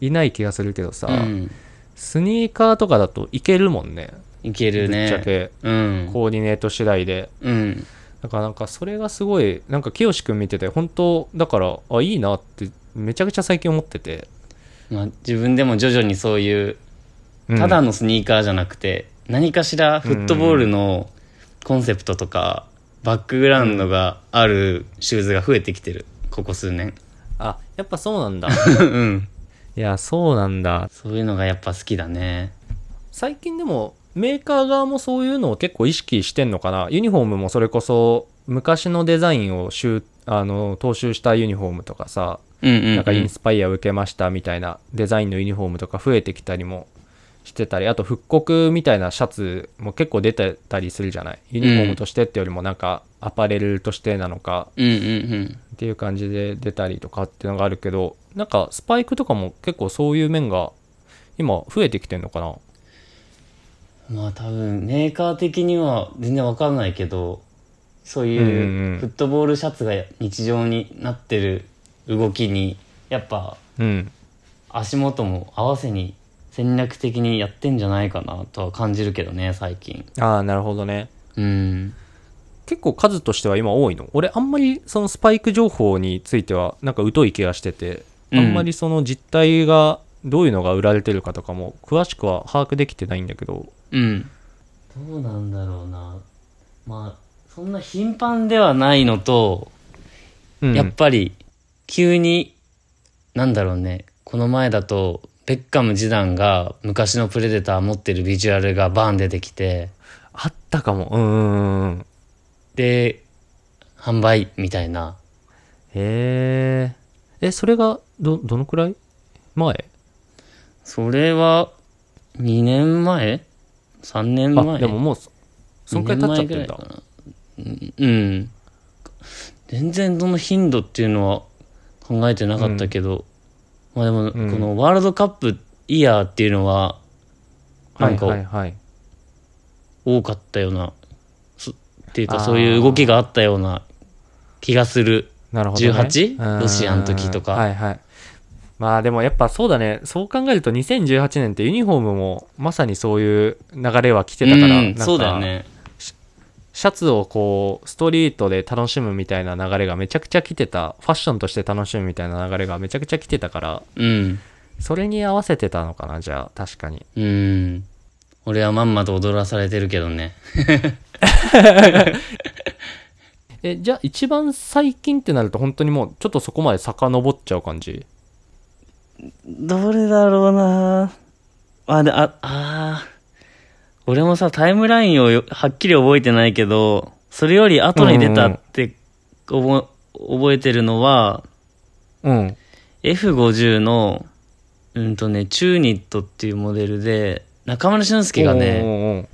[SPEAKER 1] いない気がするけどさ、
[SPEAKER 2] うん
[SPEAKER 1] スニーカーとかだといけるもんね
[SPEAKER 2] いける
[SPEAKER 1] ぶっちゃ
[SPEAKER 2] ね
[SPEAKER 1] け
[SPEAKER 2] うん
[SPEAKER 1] コーディネート次第で
[SPEAKER 2] うん
[SPEAKER 1] だからなんかそれがすごいなんか清くん見てて本当だからあいいなってめちゃくちゃ最近思ってて、
[SPEAKER 2] まあ自分でも徐々にそういう
[SPEAKER 1] うん
[SPEAKER 2] ただのスニーカーじゃなくて、何かしらフットボールのコンセプトとか、バックグラウンドがあるシューズが増えてきてる、ここ数年。
[SPEAKER 1] あやっぱそう なんだ
[SPEAKER 2] うん。
[SPEAKER 1] いやそうなんだ
[SPEAKER 2] そういうのがやっぱ好きだね。
[SPEAKER 1] 最近でもメーカー側もそういうのを結構意識してんのかなユニフォームもそれこそ昔のデザインを集あの踏襲したユニフォームとかさ
[SPEAKER 2] うんうん、うん。
[SPEAKER 1] なんかインスパイア受けましたみたいなデザインのユニフォームとか増えてきたりもしてたりあと復刻みたいなシャツも結構出てたりするじゃないユニフォームとしてってよりもなんかアパレルとしてなのか
[SPEAKER 2] うんうん
[SPEAKER 1] っていう感じで出たりとかっていうのがあるけどなんかスパイクとかも結構そういう面が今増えてきてんのかな
[SPEAKER 2] うん。まあ多分、メーカー的には全然わかんないけど、そう
[SPEAKER 1] んう
[SPEAKER 2] い
[SPEAKER 1] ん
[SPEAKER 2] うフットボールシャツが日常になってる動きに、やっぱ
[SPEAKER 1] うん
[SPEAKER 2] 足元も合わせに戦略的にやってんじゃないかなとは感じるけどね、最近。
[SPEAKER 1] ああなるほどね
[SPEAKER 2] うん。
[SPEAKER 1] 結構数としては今多いの俺あんまりそのスパイク情報についてはなんか疎い気がしてて、
[SPEAKER 2] うん
[SPEAKER 1] あんまりその実態がどういうのが売られてるかとかも詳しくは把握できてないんだけど
[SPEAKER 2] うん。どうなんだろうな。まあ、そんな頻繁ではないのと、
[SPEAKER 1] うん
[SPEAKER 2] やっぱり、急に、なんだろうね、この前だと、ベッカム次男が昔のプレデター持ってるビジュアルがバーン出てきて、
[SPEAKER 1] あったかもうんうんうんうんへ
[SPEAKER 2] で、販売みたいな。
[SPEAKER 1] ええそれがどどのくらい前
[SPEAKER 2] それは、2年前 ?3 年
[SPEAKER 1] あ
[SPEAKER 2] 前
[SPEAKER 1] でももうそそんくらい経っちゃってんだ
[SPEAKER 2] うんうん全然その頻度っていうのは考えてなかったけど、まあでも、
[SPEAKER 1] ん
[SPEAKER 2] このワールドカップイヤーっていうのは
[SPEAKER 1] は
[SPEAKER 2] なん
[SPEAKER 1] い
[SPEAKER 2] か
[SPEAKER 1] はいはい
[SPEAKER 2] 多かったような、そっていう
[SPEAKER 1] あ
[SPEAKER 2] か
[SPEAKER 1] ー
[SPEAKER 2] そういう動きがあったような気がする
[SPEAKER 1] なるほど、ね。
[SPEAKER 2] 18
[SPEAKER 1] うん
[SPEAKER 2] ロシアの時とか
[SPEAKER 1] はいはい。まあでもやっぱそうだね。そう考えると2018年ってユニフォームもまさにそういう流れは来てたから、
[SPEAKER 2] うん
[SPEAKER 1] なんか
[SPEAKER 2] そうだよね
[SPEAKER 1] シャツをこう、ストリートで楽しむみたいな流れがめちゃくちゃ来てた、ファッションとして楽しむみたいな流れがめちゃくちゃ来てたから、
[SPEAKER 2] うん
[SPEAKER 1] それに合わせてたのかな、じゃあ、確かに。
[SPEAKER 2] うん俺はまんまと踊らされてるけどね
[SPEAKER 1] え、じゃあ一番最近ってなると本当にもうちょっとそこまで遡っちゃう感じ
[SPEAKER 2] どれだろうなあ、で、あ、あー俺もさ、タイムラインをよはっきり覚えてないけど、それより後に出たって、覚覚えてるのは、
[SPEAKER 1] うん。
[SPEAKER 2] F50 の、うんとね、チューニットっていうモデルで、中村俊輔が
[SPEAKER 1] おーお
[SPEAKER 2] ね、
[SPEAKER 1] ーおー。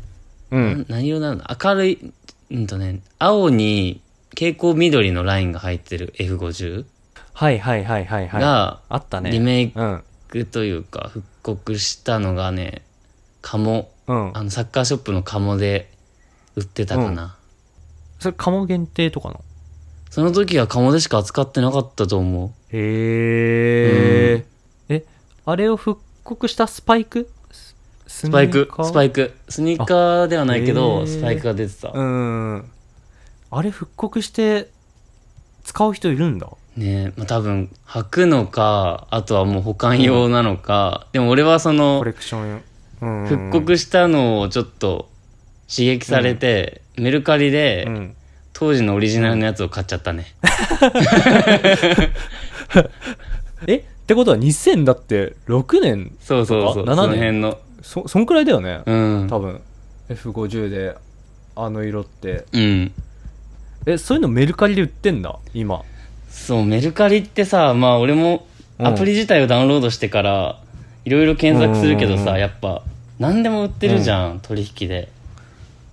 [SPEAKER 1] うん。
[SPEAKER 2] な何色なの明るい、うんとね、青に蛍光緑のラインが入ってる F50
[SPEAKER 1] はいはいはいはいはい。
[SPEAKER 2] が、
[SPEAKER 1] あったね。
[SPEAKER 2] リメイ
[SPEAKER 1] うん。
[SPEAKER 2] クというか、復刻したのがね、カモ
[SPEAKER 1] うん
[SPEAKER 2] あ。のサッカーショップのカモで売ってたかな、
[SPEAKER 1] それ、カモ限定とかの
[SPEAKER 2] その時はカモでしか扱ってなかったと思う
[SPEAKER 1] へー。え、あれを復刻したスパイクスス
[SPEAKER 2] スパイクスパ
[SPEAKER 1] イ
[SPEAKER 2] イクスニーカーではない
[SPEAKER 1] あ
[SPEAKER 2] け
[SPEAKER 1] へー
[SPEAKER 2] どスパイクが出てた、
[SPEAKER 1] うん。あれ復刻して、使う人いるんだ
[SPEAKER 2] ねまあ、多分履くのかあとはもう保管用なのか、でも俺はそ
[SPEAKER 1] コ
[SPEAKER 2] の
[SPEAKER 1] レクション用うんうん
[SPEAKER 2] 復刻したのをちょっと刺激されて、メルカリで
[SPEAKER 1] うん
[SPEAKER 2] 当時のオリジナルのやつを買っちゃったね、
[SPEAKER 1] えってことは2000だって6年
[SPEAKER 2] そうそうそう
[SPEAKER 1] とか
[SPEAKER 2] そ
[SPEAKER 1] 7
[SPEAKER 2] の
[SPEAKER 1] 年
[SPEAKER 2] 辺の
[SPEAKER 1] そそんくらいだよね、
[SPEAKER 2] うん
[SPEAKER 1] 多分 F50 であの色って
[SPEAKER 2] うん
[SPEAKER 1] えそういうのメルカリで売ってんだ今
[SPEAKER 2] そうメルカリってさまあ俺も
[SPEAKER 1] うん
[SPEAKER 2] アプリ自体をダウンロードしてからいろいろ検索するけど
[SPEAKER 1] うんうん
[SPEAKER 2] さ、
[SPEAKER 1] うん
[SPEAKER 2] やっぱ何でも売ってるじゃん、取引で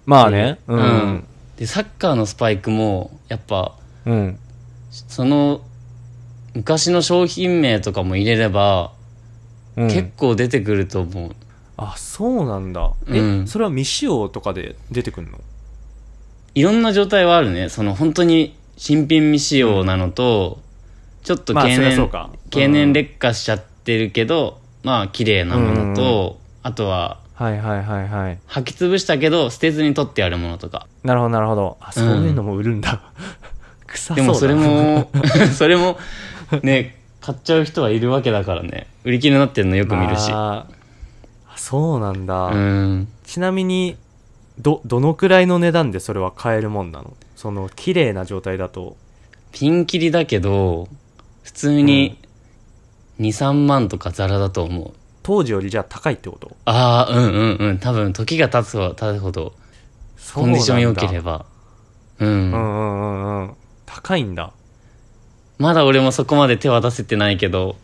[SPEAKER 1] まあね
[SPEAKER 2] うん、でサッカーのスパイクもやっぱ
[SPEAKER 1] うん、うん
[SPEAKER 2] その昔の商品名とかも入れれば、
[SPEAKER 1] うん
[SPEAKER 2] 結構出てくると思う
[SPEAKER 1] あそうなんだえ、
[SPEAKER 2] うん
[SPEAKER 1] それは未使用とかで出てくるの
[SPEAKER 2] いろんな状態はあるねその本当に新品未使用なのと、ちょっと
[SPEAKER 1] まあ
[SPEAKER 2] 経
[SPEAKER 1] そりゃ
[SPEAKER 2] 年、
[SPEAKER 1] そうか
[SPEAKER 2] 経年
[SPEAKER 1] で
[SPEAKER 2] 劣化しちゃってるけどまあ綺麗なものと、あとは
[SPEAKER 1] はいはいはいはい
[SPEAKER 2] 履き潰したけど捨てずに取ってあるものとか
[SPEAKER 1] なるほどなるほどあそういうのも売るんだ、臭
[SPEAKER 2] で
[SPEAKER 1] そうだ
[SPEAKER 2] もそ れも それもね買っちゃう人はいるわけだからね売り切れになってるのよく見るし、
[SPEAKER 1] あーあそうなんだ、
[SPEAKER 2] うん
[SPEAKER 1] ちなみにどどのくらいの値段でそれは買えるもんなのその綺麗な状態だと
[SPEAKER 2] ピンキリだけど普通に23万とかザラだと思う
[SPEAKER 1] 当時よりじゃあ高いってこと
[SPEAKER 2] ああうんうんうん多分時が経つほど経つほどコンディション良けれ
[SPEAKER 1] ば
[SPEAKER 2] ばう、
[SPEAKER 1] うんんうんうんうん高いんだ
[SPEAKER 2] まだ俺もそこまで手は出せてないけど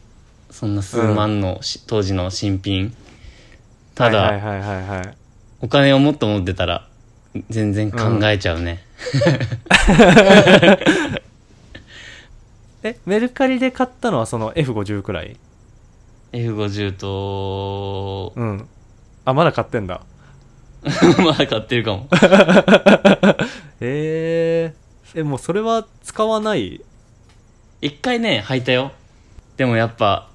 [SPEAKER 2] そんな数万のし、当時の新品ただ、
[SPEAKER 1] はいはいはいはい、はい、
[SPEAKER 2] お金をもっと持ってたら全然考えちゃうね、
[SPEAKER 1] えメルカリで買ったのはその F50 くらい
[SPEAKER 2] F50 と
[SPEAKER 1] うんあまだ買ってんだ
[SPEAKER 2] まだ買ってるかも
[SPEAKER 1] えー、えもうそれは使わない
[SPEAKER 2] 一回ね履いたよでもやっぱ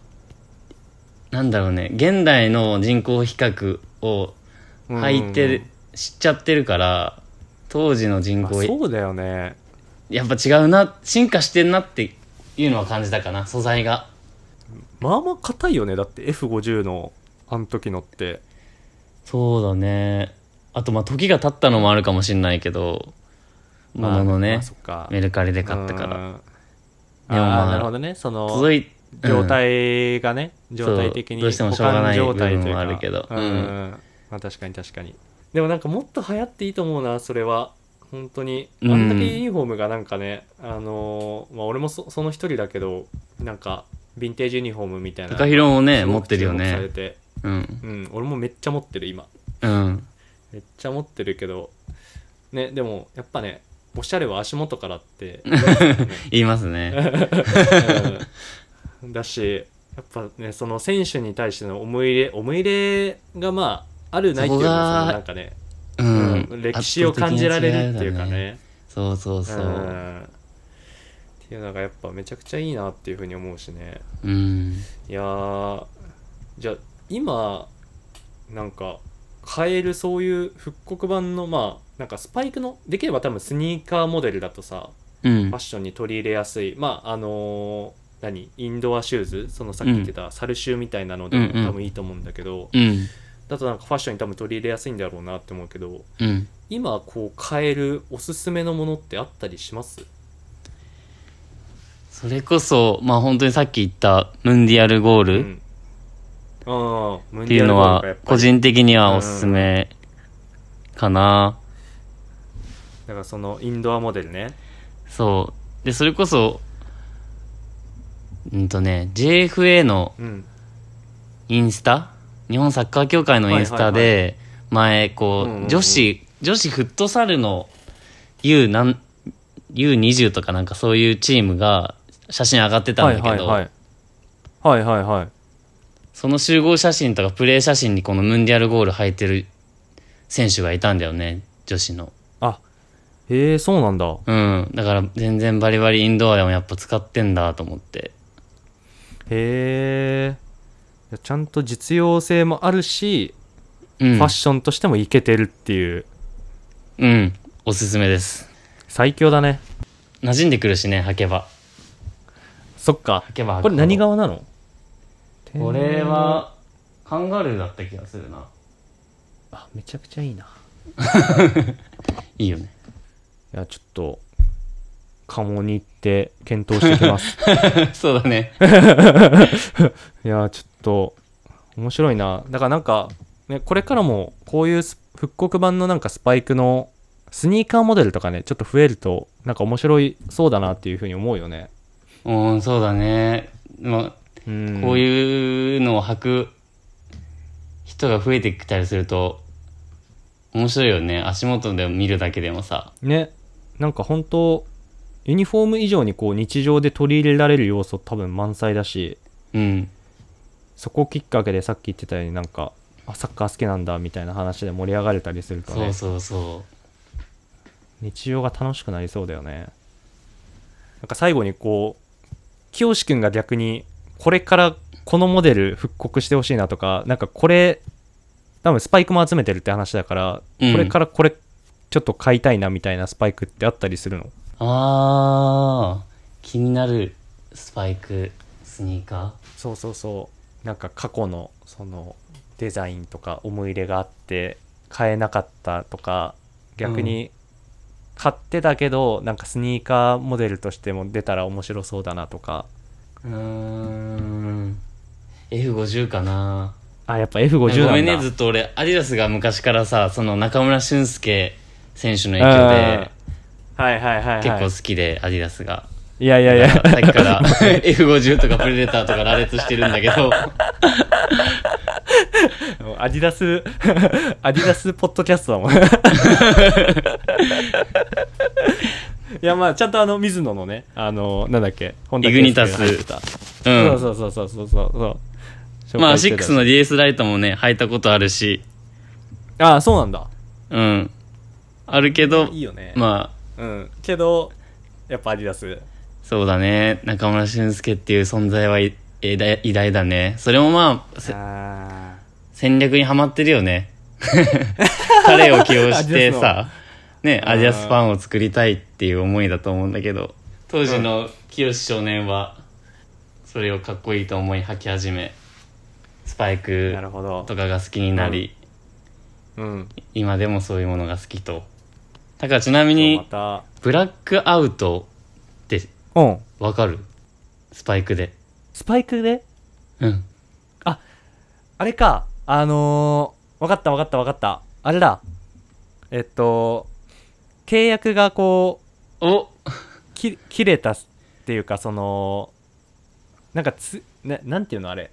[SPEAKER 2] なんだろうね現代の人口比較を履いてる、知っちゃってるから当時の人
[SPEAKER 1] まあ
[SPEAKER 2] 口、
[SPEAKER 1] そうだよね
[SPEAKER 2] やっぱ違うな進化してんなっていうのは感じたかな素材が
[SPEAKER 1] まあまあ硬いよねだって F50 のあの時のって
[SPEAKER 2] そうだねあとまあ時が経ったのもあるかもしれないけどもののね
[SPEAKER 1] あ、そっか
[SPEAKER 2] メルカリで買ったから
[SPEAKER 1] うん
[SPEAKER 2] でもま
[SPEAKER 1] あ
[SPEAKER 2] あ
[SPEAKER 1] あなるほどねその
[SPEAKER 2] 届いうん
[SPEAKER 1] 状態がね、状態的に
[SPEAKER 2] そうどうしてもしょうがない
[SPEAKER 1] 保管状態というか
[SPEAKER 2] 部分もあるけど
[SPEAKER 1] うん
[SPEAKER 2] うん
[SPEAKER 1] まあ、確かに確かにでもなんかもっと流行っていいと思うなそれは本当にあ
[SPEAKER 2] うん
[SPEAKER 1] んだけユニフォームがなんかね、あのーまあ、俺もそその一人だけどなんかヴィンテージユニフォームみたいな
[SPEAKER 2] 高広もね
[SPEAKER 1] すごく
[SPEAKER 2] 持ってるよ
[SPEAKER 1] 注目され
[SPEAKER 2] ね
[SPEAKER 1] て
[SPEAKER 2] うん
[SPEAKER 1] うん、俺もめっちゃ持ってる今
[SPEAKER 2] うん
[SPEAKER 1] めっちゃ持ってるけどねでもやっぱねおしゃれは足元からって言いますよね
[SPEAKER 2] 言います ね
[SPEAKER 1] うんだしやっぱねその選手に対しての思い入れ思い入れがまああるないっていうのは
[SPEAKER 2] そこが
[SPEAKER 1] そのなんかね、
[SPEAKER 2] うん、
[SPEAKER 1] うん歴史を感じられるっていうか
[SPEAKER 2] 圧倒的な違だ
[SPEAKER 1] ね
[SPEAKER 2] そうそうそううん
[SPEAKER 1] っていうのがやっぱめちゃくちゃいいなっていうふうに思うしね
[SPEAKER 2] うん
[SPEAKER 1] いやーじゃあ今なんか買えるそういう復刻版のまあなんかスパイクのできれば多分スニーカーモデルだとさ
[SPEAKER 2] うん
[SPEAKER 1] ファッションに取り入れやすい、まああのー何インドアシューズそのさっき言ってたサルシューみたいなのでも
[SPEAKER 2] うんうん
[SPEAKER 1] 多分いいと思うんだけど、
[SPEAKER 2] うん
[SPEAKER 1] だとなんかファッションに多分取り入れやすいんだろうなって思うけど
[SPEAKER 2] うん
[SPEAKER 1] 今こう買えるおすすめのものってあったりします
[SPEAKER 2] それこそまあ本当にさっき言ったムンディアルゴー
[SPEAKER 1] う
[SPEAKER 2] ル
[SPEAKER 1] ん、ああっ
[SPEAKER 2] っていうのは個人的にはおすすめかな、
[SPEAKER 1] だからそのインドアモデルね
[SPEAKER 2] そうでそれこそうんとね JFA の
[SPEAKER 1] うん
[SPEAKER 2] インスタ日本サッカー協会のインスタ
[SPEAKER 1] はい
[SPEAKER 2] で前こ
[SPEAKER 1] う
[SPEAKER 2] う、
[SPEAKER 1] んうんうん
[SPEAKER 2] 女子女子フットサルの U なん U20 とかなんかそういうチームが写真上がってたんだけど、
[SPEAKER 1] いはいはいはい
[SPEAKER 2] その集合写真とかプレー写真にこのムンディアルゴール履いてる選手がいたんだよね女子の
[SPEAKER 1] あへえそうなんだ
[SPEAKER 2] うんだから全然バリバリインドアでもやっぱ使ってんだと思って
[SPEAKER 1] へえちゃんと実用性もあるし
[SPEAKER 2] うん
[SPEAKER 1] ファッションとしてもイケてるっていう
[SPEAKER 2] うんおすすめです
[SPEAKER 1] 最強だね
[SPEAKER 2] う馴染んでくるしね、履けば。
[SPEAKER 1] そっか
[SPEAKER 2] 履けば履くほど
[SPEAKER 1] これ何側なの
[SPEAKER 2] これは、カンガルーだった気がするな。
[SPEAKER 1] あめちゃくちゃいいない
[SPEAKER 2] いよね。
[SPEAKER 1] いやちょっと鴨に行って検討してきます
[SPEAKER 2] そうだね。
[SPEAKER 1] いやちょっと面白いなだからなんか、ね、これからもこういうス復刻版のなんかスパイクのスニーカーモデルとかねちょっと増えるとなんか面白いそうだなっていうふうに思うよね
[SPEAKER 2] うん、そうだね。ま
[SPEAKER 1] うん
[SPEAKER 2] あ、こう
[SPEAKER 1] う
[SPEAKER 2] いうのを履く人が増えてきたりすると、面白いよね。足元で見るだけでもさ。
[SPEAKER 1] ねなんか本当ユニフォーム以上にこう日常で取り入れられる要素多分満載だし
[SPEAKER 2] うん。
[SPEAKER 1] そこきっかけでさっき言ってたようになんかあサッカー好きなんだみたいな話で盛り上がれたりすると
[SPEAKER 2] そ
[SPEAKER 1] ね
[SPEAKER 2] うそうそ
[SPEAKER 1] 日常が楽しくなりそうだよねなんか最後にこう清志くんが逆にこれからこのモデル復刻してほしいなとかなんかこれ多分スパイクも集めてるって話だから、
[SPEAKER 2] うん
[SPEAKER 1] これからこれちょっと買いたいなみたいなスパイクってあったりするの
[SPEAKER 2] う。あー、気になるスパイク、スニーカ
[SPEAKER 1] そうそうそうなんか過去のそのデザインとか思い入れがあって買えなかったとか逆に買ってたけど、なんかスニーカーモデルとしても出たら面白そうだなとか
[SPEAKER 2] ー。うーん。F50 かな。
[SPEAKER 1] あやっぱ F50 なんだ
[SPEAKER 2] ごめんねずっと俺アディダスが昔からさその中村俊輔選手の影響で
[SPEAKER 1] はいはいはい、はい、
[SPEAKER 2] 結構好きで、アディダスが
[SPEAKER 1] いやいやいや
[SPEAKER 2] だからさっきから F50 とかプレデターとか羅列してるんだけ ど
[SPEAKER 1] アディダス アディダスポッドキャスト だもんいやまあちゃんとあの水野のねあのなんだっけ本田圭佑
[SPEAKER 2] イグニタス
[SPEAKER 1] が入ってた
[SPEAKER 2] う
[SPEAKER 1] そうんそうそうそうそうそうそう
[SPEAKER 2] まあ
[SPEAKER 1] 紹介してた
[SPEAKER 2] 6の DS ライトもね履いたことあるし
[SPEAKER 1] ああそうなんだ
[SPEAKER 2] うんあるけど
[SPEAKER 1] いいよね、
[SPEAKER 2] まあ
[SPEAKER 1] うんけどやっぱアディダス
[SPEAKER 2] そうだね中村俊輔っていう存在は偉大偉大だねそれもまあせ
[SPEAKER 1] あ
[SPEAKER 2] 戦略にはまってる よね彼を起用してさね
[SPEAKER 1] ん
[SPEAKER 2] アジアスパンを作りたいっていう思いだと思うんだけど当時の清志少年はそれをかっこいいと思い履き始めスパイ
[SPEAKER 1] ー
[SPEAKER 2] ク
[SPEAKER 1] なるほど
[SPEAKER 2] とかが好きになり、
[SPEAKER 1] うん
[SPEAKER 2] 今でもそういうものが好きとだからちなみ
[SPEAKER 1] そうま
[SPEAKER 2] に
[SPEAKER 1] た
[SPEAKER 2] ブラックアウトって
[SPEAKER 1] うん
[SPEAKER 2] わかるスパイクで
[SPEAKER 1] スパイクで
[SPEAKER 2] うん
[SPEAKER 1] あれかあのー、分かった分かった分かったあれだえっと契約がこう
[SPEAKER 2] お
[SPEAKER 1] き切れたっていうかそのなんかつななんていうのあれ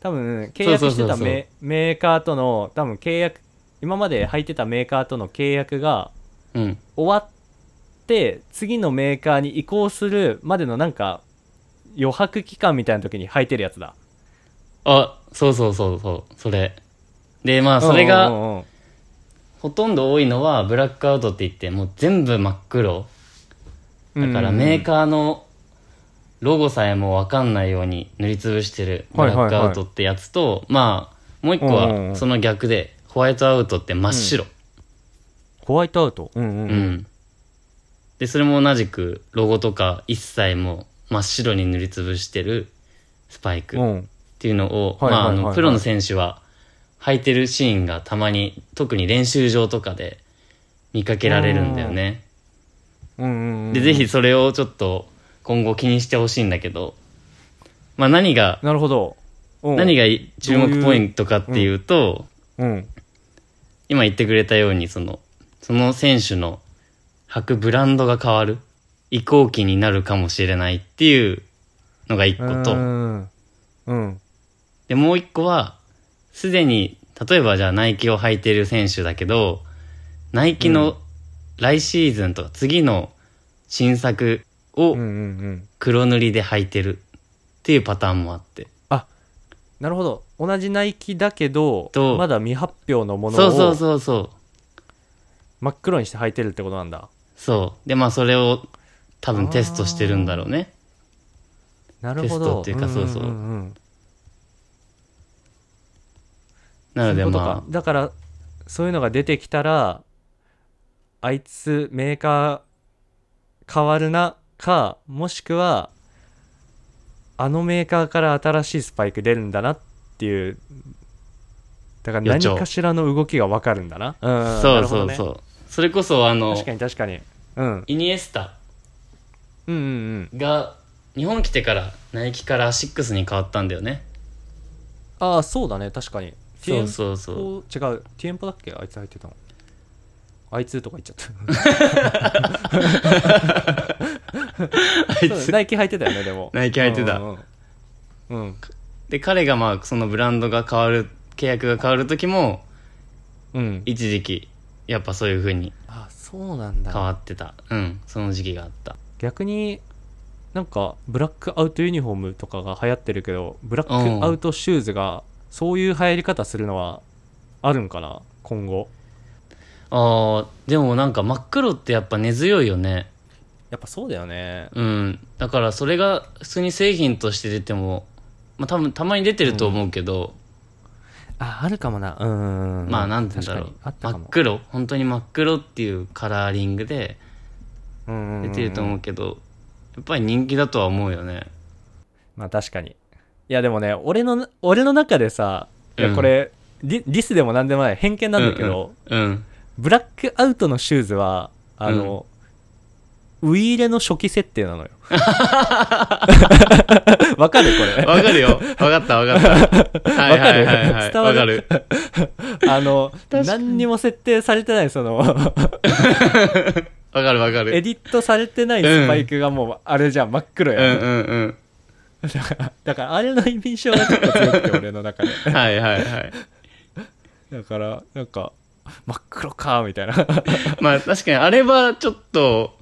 [SPEAKER 1] 多分契約して
[SPEAKER 2] そうそうそ
[SPEAKER 1] た
[SPEAKER 2] うそう
[SPEAKER 1] メメーカーとの多分契約今まで履いてたメーカーとの契約が
[SPEAKER 2] うん
[SPEAKER 1] 終わって次のメーカーに移行するまでのなんか余白期間みたいな時に履いてるやつだ
[SPEAKER 2] あそうそうそうそうそれでまあそれが、
[SPEAKER 1] うんうんうん
[SPEAKER 2] ほとんど多いのはブラックアウトって言ってもう全部真っ黒
[SPEAKER 1] うん
[SPEAKER 2] だからメーカーのロゴさえも分かんないように塗りつぶしてるブ
[SPEAKER 1] はい
[SPEAKER 2] ラ
[SPEAKER 1] はいはい
[SPEAKER 2] ックアウトってやつと、まあもう一個
[SPEAKER 1] うんうんう
[SPEAKER 2] は
[SPEAKER 1] ん
[SPEAKER 2] その逆でホワイトアウトって真っ白
[SPEAKER 1] ホワイトアウトうんうん
[SPEAKER 2] う
[SPEAKER 1] うん
[SPEAKER 2] ん、でそれも同じくロゴとか一切もう真っ白に塗りつぶしてるスパイクっ
[SPEAKER 1] うん
[SPEAKER 2] ていうのを、
[SPEAKER 1] はい
[SPEAKER 2] まああ
[SPEAKER 1] はいはいは
[SPEAKER 2] の
[SPEAKER 1] い
[SPEAKER 2] プロの選手は履いてるシーンがたまに特に練習場とかで見かけられるんだよね、
[SPEAKER 1] うんうんうん
[SPEAKER 2] で、ぜひそれをちょっと今後気にしてほしいんだけど、まあ何が、
[SPEAKER 1] なるほど、うん
[SPEAKER 2] 何がい注目ポイントかっていうと、
[SPEAKER 1] うん
[SPEAKER 2] 今言ってくれたように、その、その選手の履くブランドが変わる、移行期になるかもしれないっていうのが
[SPEAKER 1] う
[SPEAKER 2] 一個と、
[SPEAKER 1] んうん
[SPEAKER 2] で、もう一個は、すでに、例えばじゃあナイキを履いてる選手だけど、ナイキの来シーズンとか次の新作を、
[SPEAKER 1] うんうんうん
[SPEAKER 2] 黒塗りで履いてるっていうパターンもあって
[SPEAKER 1] なるほど同じナイキだけど
[SPEAKER 2] と
[SPEAKER 1] まだ未発表のもの
[SPEAKER 2] そうそう
[SPEAKER 1] を
[SPEAKER 2] そうそう
[SPEAKER 1] 真っ黒にして履いてるってことなんだ
[SPEAKER 2] そうでまあそれを多分テストしてるんだろうね
[SPEAKER 1] なるほ
[SPEAKER 2] テスト
[SPEAKER 1] ど
[SPEAKER 2] っていうかそうそうん
[SPEAKER 1] んん
[SPEAKER 2] なので
[SPEAKER 1] そういうことか
[SPEAKER 2] ま
[SPEAKER 1] だからそういうのが出てきたらあいつメーカー変わるなかもしくはあのメーカーから新しいスパイク出るんだなっていうだから
[SPEAKER 2] 予兆
[SPEAKER 1] 何かしらの動きが分かるんだなうん
[SPEAKER 2] そうそう
[SPEAKER 1] う、
[SPEAKER 2] そう、それこそあ
[SPEAKER 1] なるほどね
[SPEAKER 2] の
[SPEAKER 1] 確かに確かに、うん、
[SPEAKER 2] イニエスタ
[SPEAKER 1] うんうんうん
[SPEAKER 2] が日本来てからナイキからアシックスに変わったんだよね
[SPEAKER 1] ああそうだね確かに
[SPEAKER 2] そうそうそう
[SPEAKER 1] う違うティエンポだっけあいつ入ってたのあいつとか言っちゃった
[SPEAKER 2] あい
[SPEAKER 1] そう
[SPEAKER 2] つ
[SPEAKER 1] ナイキ履いてたよねでも
[SPEAKER 2] ナイキ履いてた
[SPEAKER 1] うんうんうん、うん
[SPEAKER 2] で彼がまあそのブランドが変わる契約が変わる時も
[SPEAKER 1] うん、
[SPEAKER 2] 一時期やっぱそういう風に
[SPEAKER 1] あそうなん
[SPEAKER 2] 変わ
[SPEAKER 1] だ
[SPEAKER 2] ってたうんその時期があった
[SPEAKER 1] 逆になんかブラックアウトユニフォームとかが流行ってるけどブラックアウトシューズがそういう流行り方するのはあるんかな今後
[SPEAKER 2] あーでもなんか真っ黒ってやっぱ根強いよね
[SPEAKER 1] やっぱそうだよね
[SPEAKER 2] うんだからそれが普通に製品として出てもまあ多分たまに出てると思うけど、
[SPEAKER 1] ああるかもなうんうんうん
[SPEAKER 2] まあなんて言うんだろう
[SPEAKER 1] 確かにあった
[SPEAKER 2] 真
[SPEAKER 1] か
[SPEAKER 2] っ
[SPEAKER 1] も
[SPEAKER 2] 黒本当に真っ黒っていうカラーリングで出
[SPEAKER 1] 出
[SPEAKER 2] てると思うけど、やっぱり人気だとは思うよね
[SPEAKER 1] まあ確かに。いやでもね、俺の、俺の中でさ、い
[SPEAKER 2] うん
[SPEAKER 1] やこれ、リリスでもなんでもない、偏見なんだけど、
[SPEAKER 2] うん、うん
[SPEAKER 1] ブラックアウトのシューズは、あの、ウイイレの初期設定な のよ。わかるこれ。
[SPEAKER 2] わかるよ。わかった、わかった。はいはいはい、はい。
[SPEAKER 1] 伝
[SPEAKER 2] わ
[SPEAKER 1] わる
[SPEAKER 2] かる。
[SPEAKER 1] あの、
[SPEAKER 2] かに
[SPEAKER 1] 何にも設定されてない、その、
[SPEAKER 2] わかる、わか
[SPEAKER 1] エデ
[SPEAKER 2] る。
[SPEAKER 1] ィットされてないスパイクがもう、あれじゃん、真っ黒
[SPEAKER 2] う
[SPEAKER 1] や
[SPEAKER 2] ん
[SPEAKER 1] ん。
[SPEAKER 2] うんうん。
[SPEAKER 1] だから、あれの印象がちょっと強くて、俺の中で。
[SPEAKER 2] はいはいはい。
[SPEAKER 1] だから、なんか、真っ黒か、みたいな。
[SPEAKER 2] まあ確かに、あれはちょっと、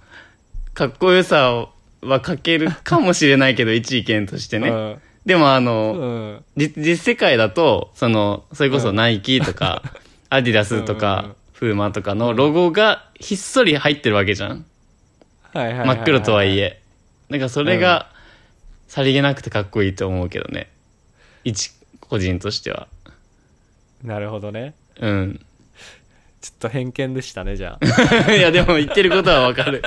[SPEAKER 2] かっこよさは欠けるかもしれないけ ど、一意見としてね。でもあ
[SPEAKER 1] うん。う
[SPEAKER 2] の、
[SPEAKER 1] ん。
[SPEAKER 2] じ実世界だと、その、それこそナイキとか、アディダスと
[SPEAKER 1] うんうんう
[SPEAKER 2] か
[SPEAKER 1] ん、
[SPEAKER 2] フーマとかのロゴがひっそり入ってるわけじゃん。
[SPEAKER 1] はいはいはい
[SPEAKER 2] 真っ黒とはい
[SPEAKER 1] え。
[SPEAKER 2] え。なんかそれが、さりげなくてかっこいいと思うけどね。一個人としては。
[SPEAKER 1] なるほどね。
[SPEAKER 2] うん。
[SPEAKER 1] ちょっと偏見でしたね、じゃ
[SPEAKER 2] いや、でも言ってることはわか る。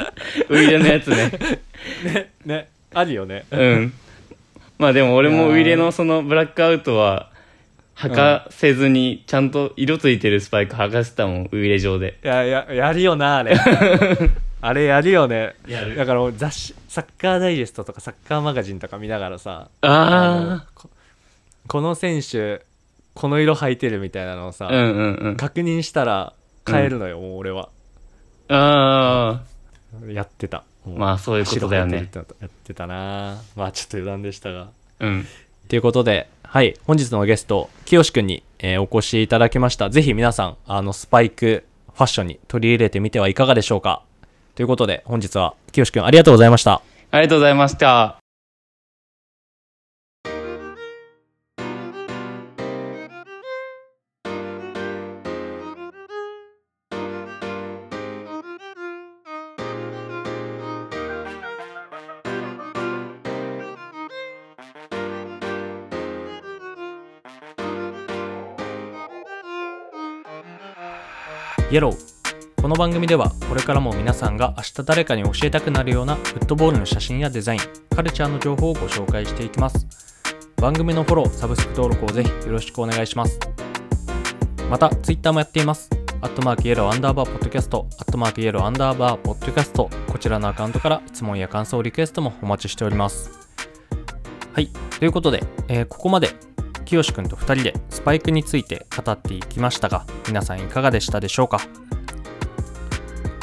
[SPEAKER 2] ウイイレのやつね。
[SPEAKER 1] あ。 ね、あるよね。
[SPEAKER 2] うん。まあでも俺
[SPEAKER 1] いや
[SPEAKER 2] も
[SPEAKER 1] ー
[SPEAKER 2] ウイイレのそのブラックアウトは、履かせずに、ちゃんと色ついてるスパイク履かせてたもん、ウイイレ上で。
[SPEAKER 1] いや、や、やるよな、 あれ。あれやるよね。
[SPEAKER 2] やる
[SPEAKER 1] だからもう雑誌、サッカーダイジェストとかサッカーマガジンとか見ながらさ、
[SPEAKER 2] あ
[SPEAKER 1] ここの選手、この色履いてるみたいなのをさ、
[SPEAKER 2] あ。うんうんうん。
[SPEAKER 1] 確認したら変えるのよ、もう俺は。
[SPEAKER 2] ああ。
[SPEAKER 1] やってた。
[SPEAKER 2] まあそういうことだよね
[SPEAKER 1] 白履いてるってのやってたなまあちょっと余談でしたが。
[SPEAKER 2] うん。
[SPEAKER 1] ということで、はい、本日のゲスト、きよしくんに、えーお越しいただきました。ぜひ皆さん、あの、スパイク、ファッションに取り入れてみてはいかがでしょうか。ということで、本日は、きよしくんありがとうございました。
[SPEAKER 2] ありがとうございました。
[SPEAKER 1] イエローこの番組ではこれからも皆さんが明日誰かに教えたくなるようなフットボールの写真やデザインカルチャーの情報をご紹介していきます番組のフォローサブスク登録をぜひよろしくお願いしますまた Twitter もやっていますアットマークイエローアンダーバーポッドキャストアットマークイエローアンダーバーポッドキャストこちらのアカウントから質問や感想リクエストもお待ちしておりますはいということで、えーここまできよしくんと2人でスパイクについて語っていきましたが皆さんいかがでしたでしょうか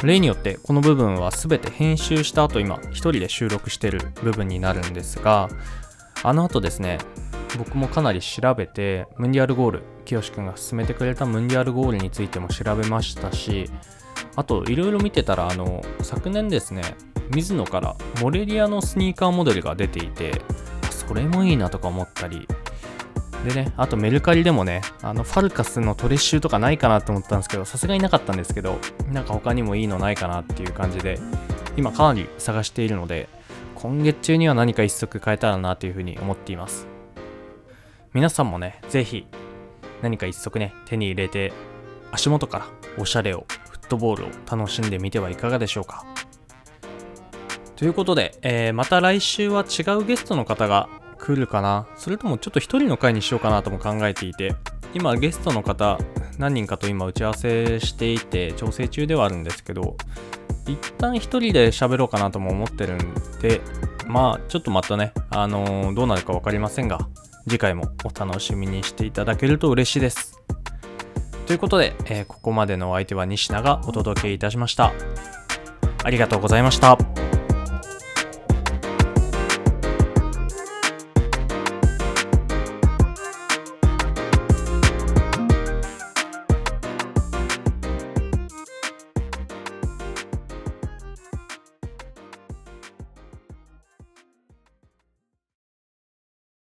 [SPEAKER 1] 例によってこの部分は全て編集した後今一人で収録してる部分になるんですがあの後ですね僕もかなり調べてムンディアルゴール清くんが勧めてくれたムンディアルゴールについても調べましたしあといろいろ見てたらあの昨年ですね水野からモレリアのスニーカーモデルが出ていてあそれもいいなとか思ったりでね、あとメルカリでもね、あのファルカスのトレッシュとかないかなと思ったんですけど、さすがになかったんですけど、なんか他にもいいのないかなっていう感じで、今かなり探しているので、今月中には何か一足買えたらなというふうに思っています。皆さんもね、ぜひ何か一足ね、手に入れて、足元からおしゃれを、フットボールを楽しんでみてはいかがでしょうか。ということで、えーまた来週は違うゲストの方が来るかなそれともちょっと一人の回にしようかなとも考えていて今ゲストの方何人かと今打ち合わせしていて調整中ではあるんですけど一旦一人で喋ろうかなとも思ってるんでまあちょっとまたねあのーどうなるか分かりませんが次回もお楽しみにしていただけると嬉しいですということで、えーここまでのお相手は西名がお届けいたしましたありがとうございました。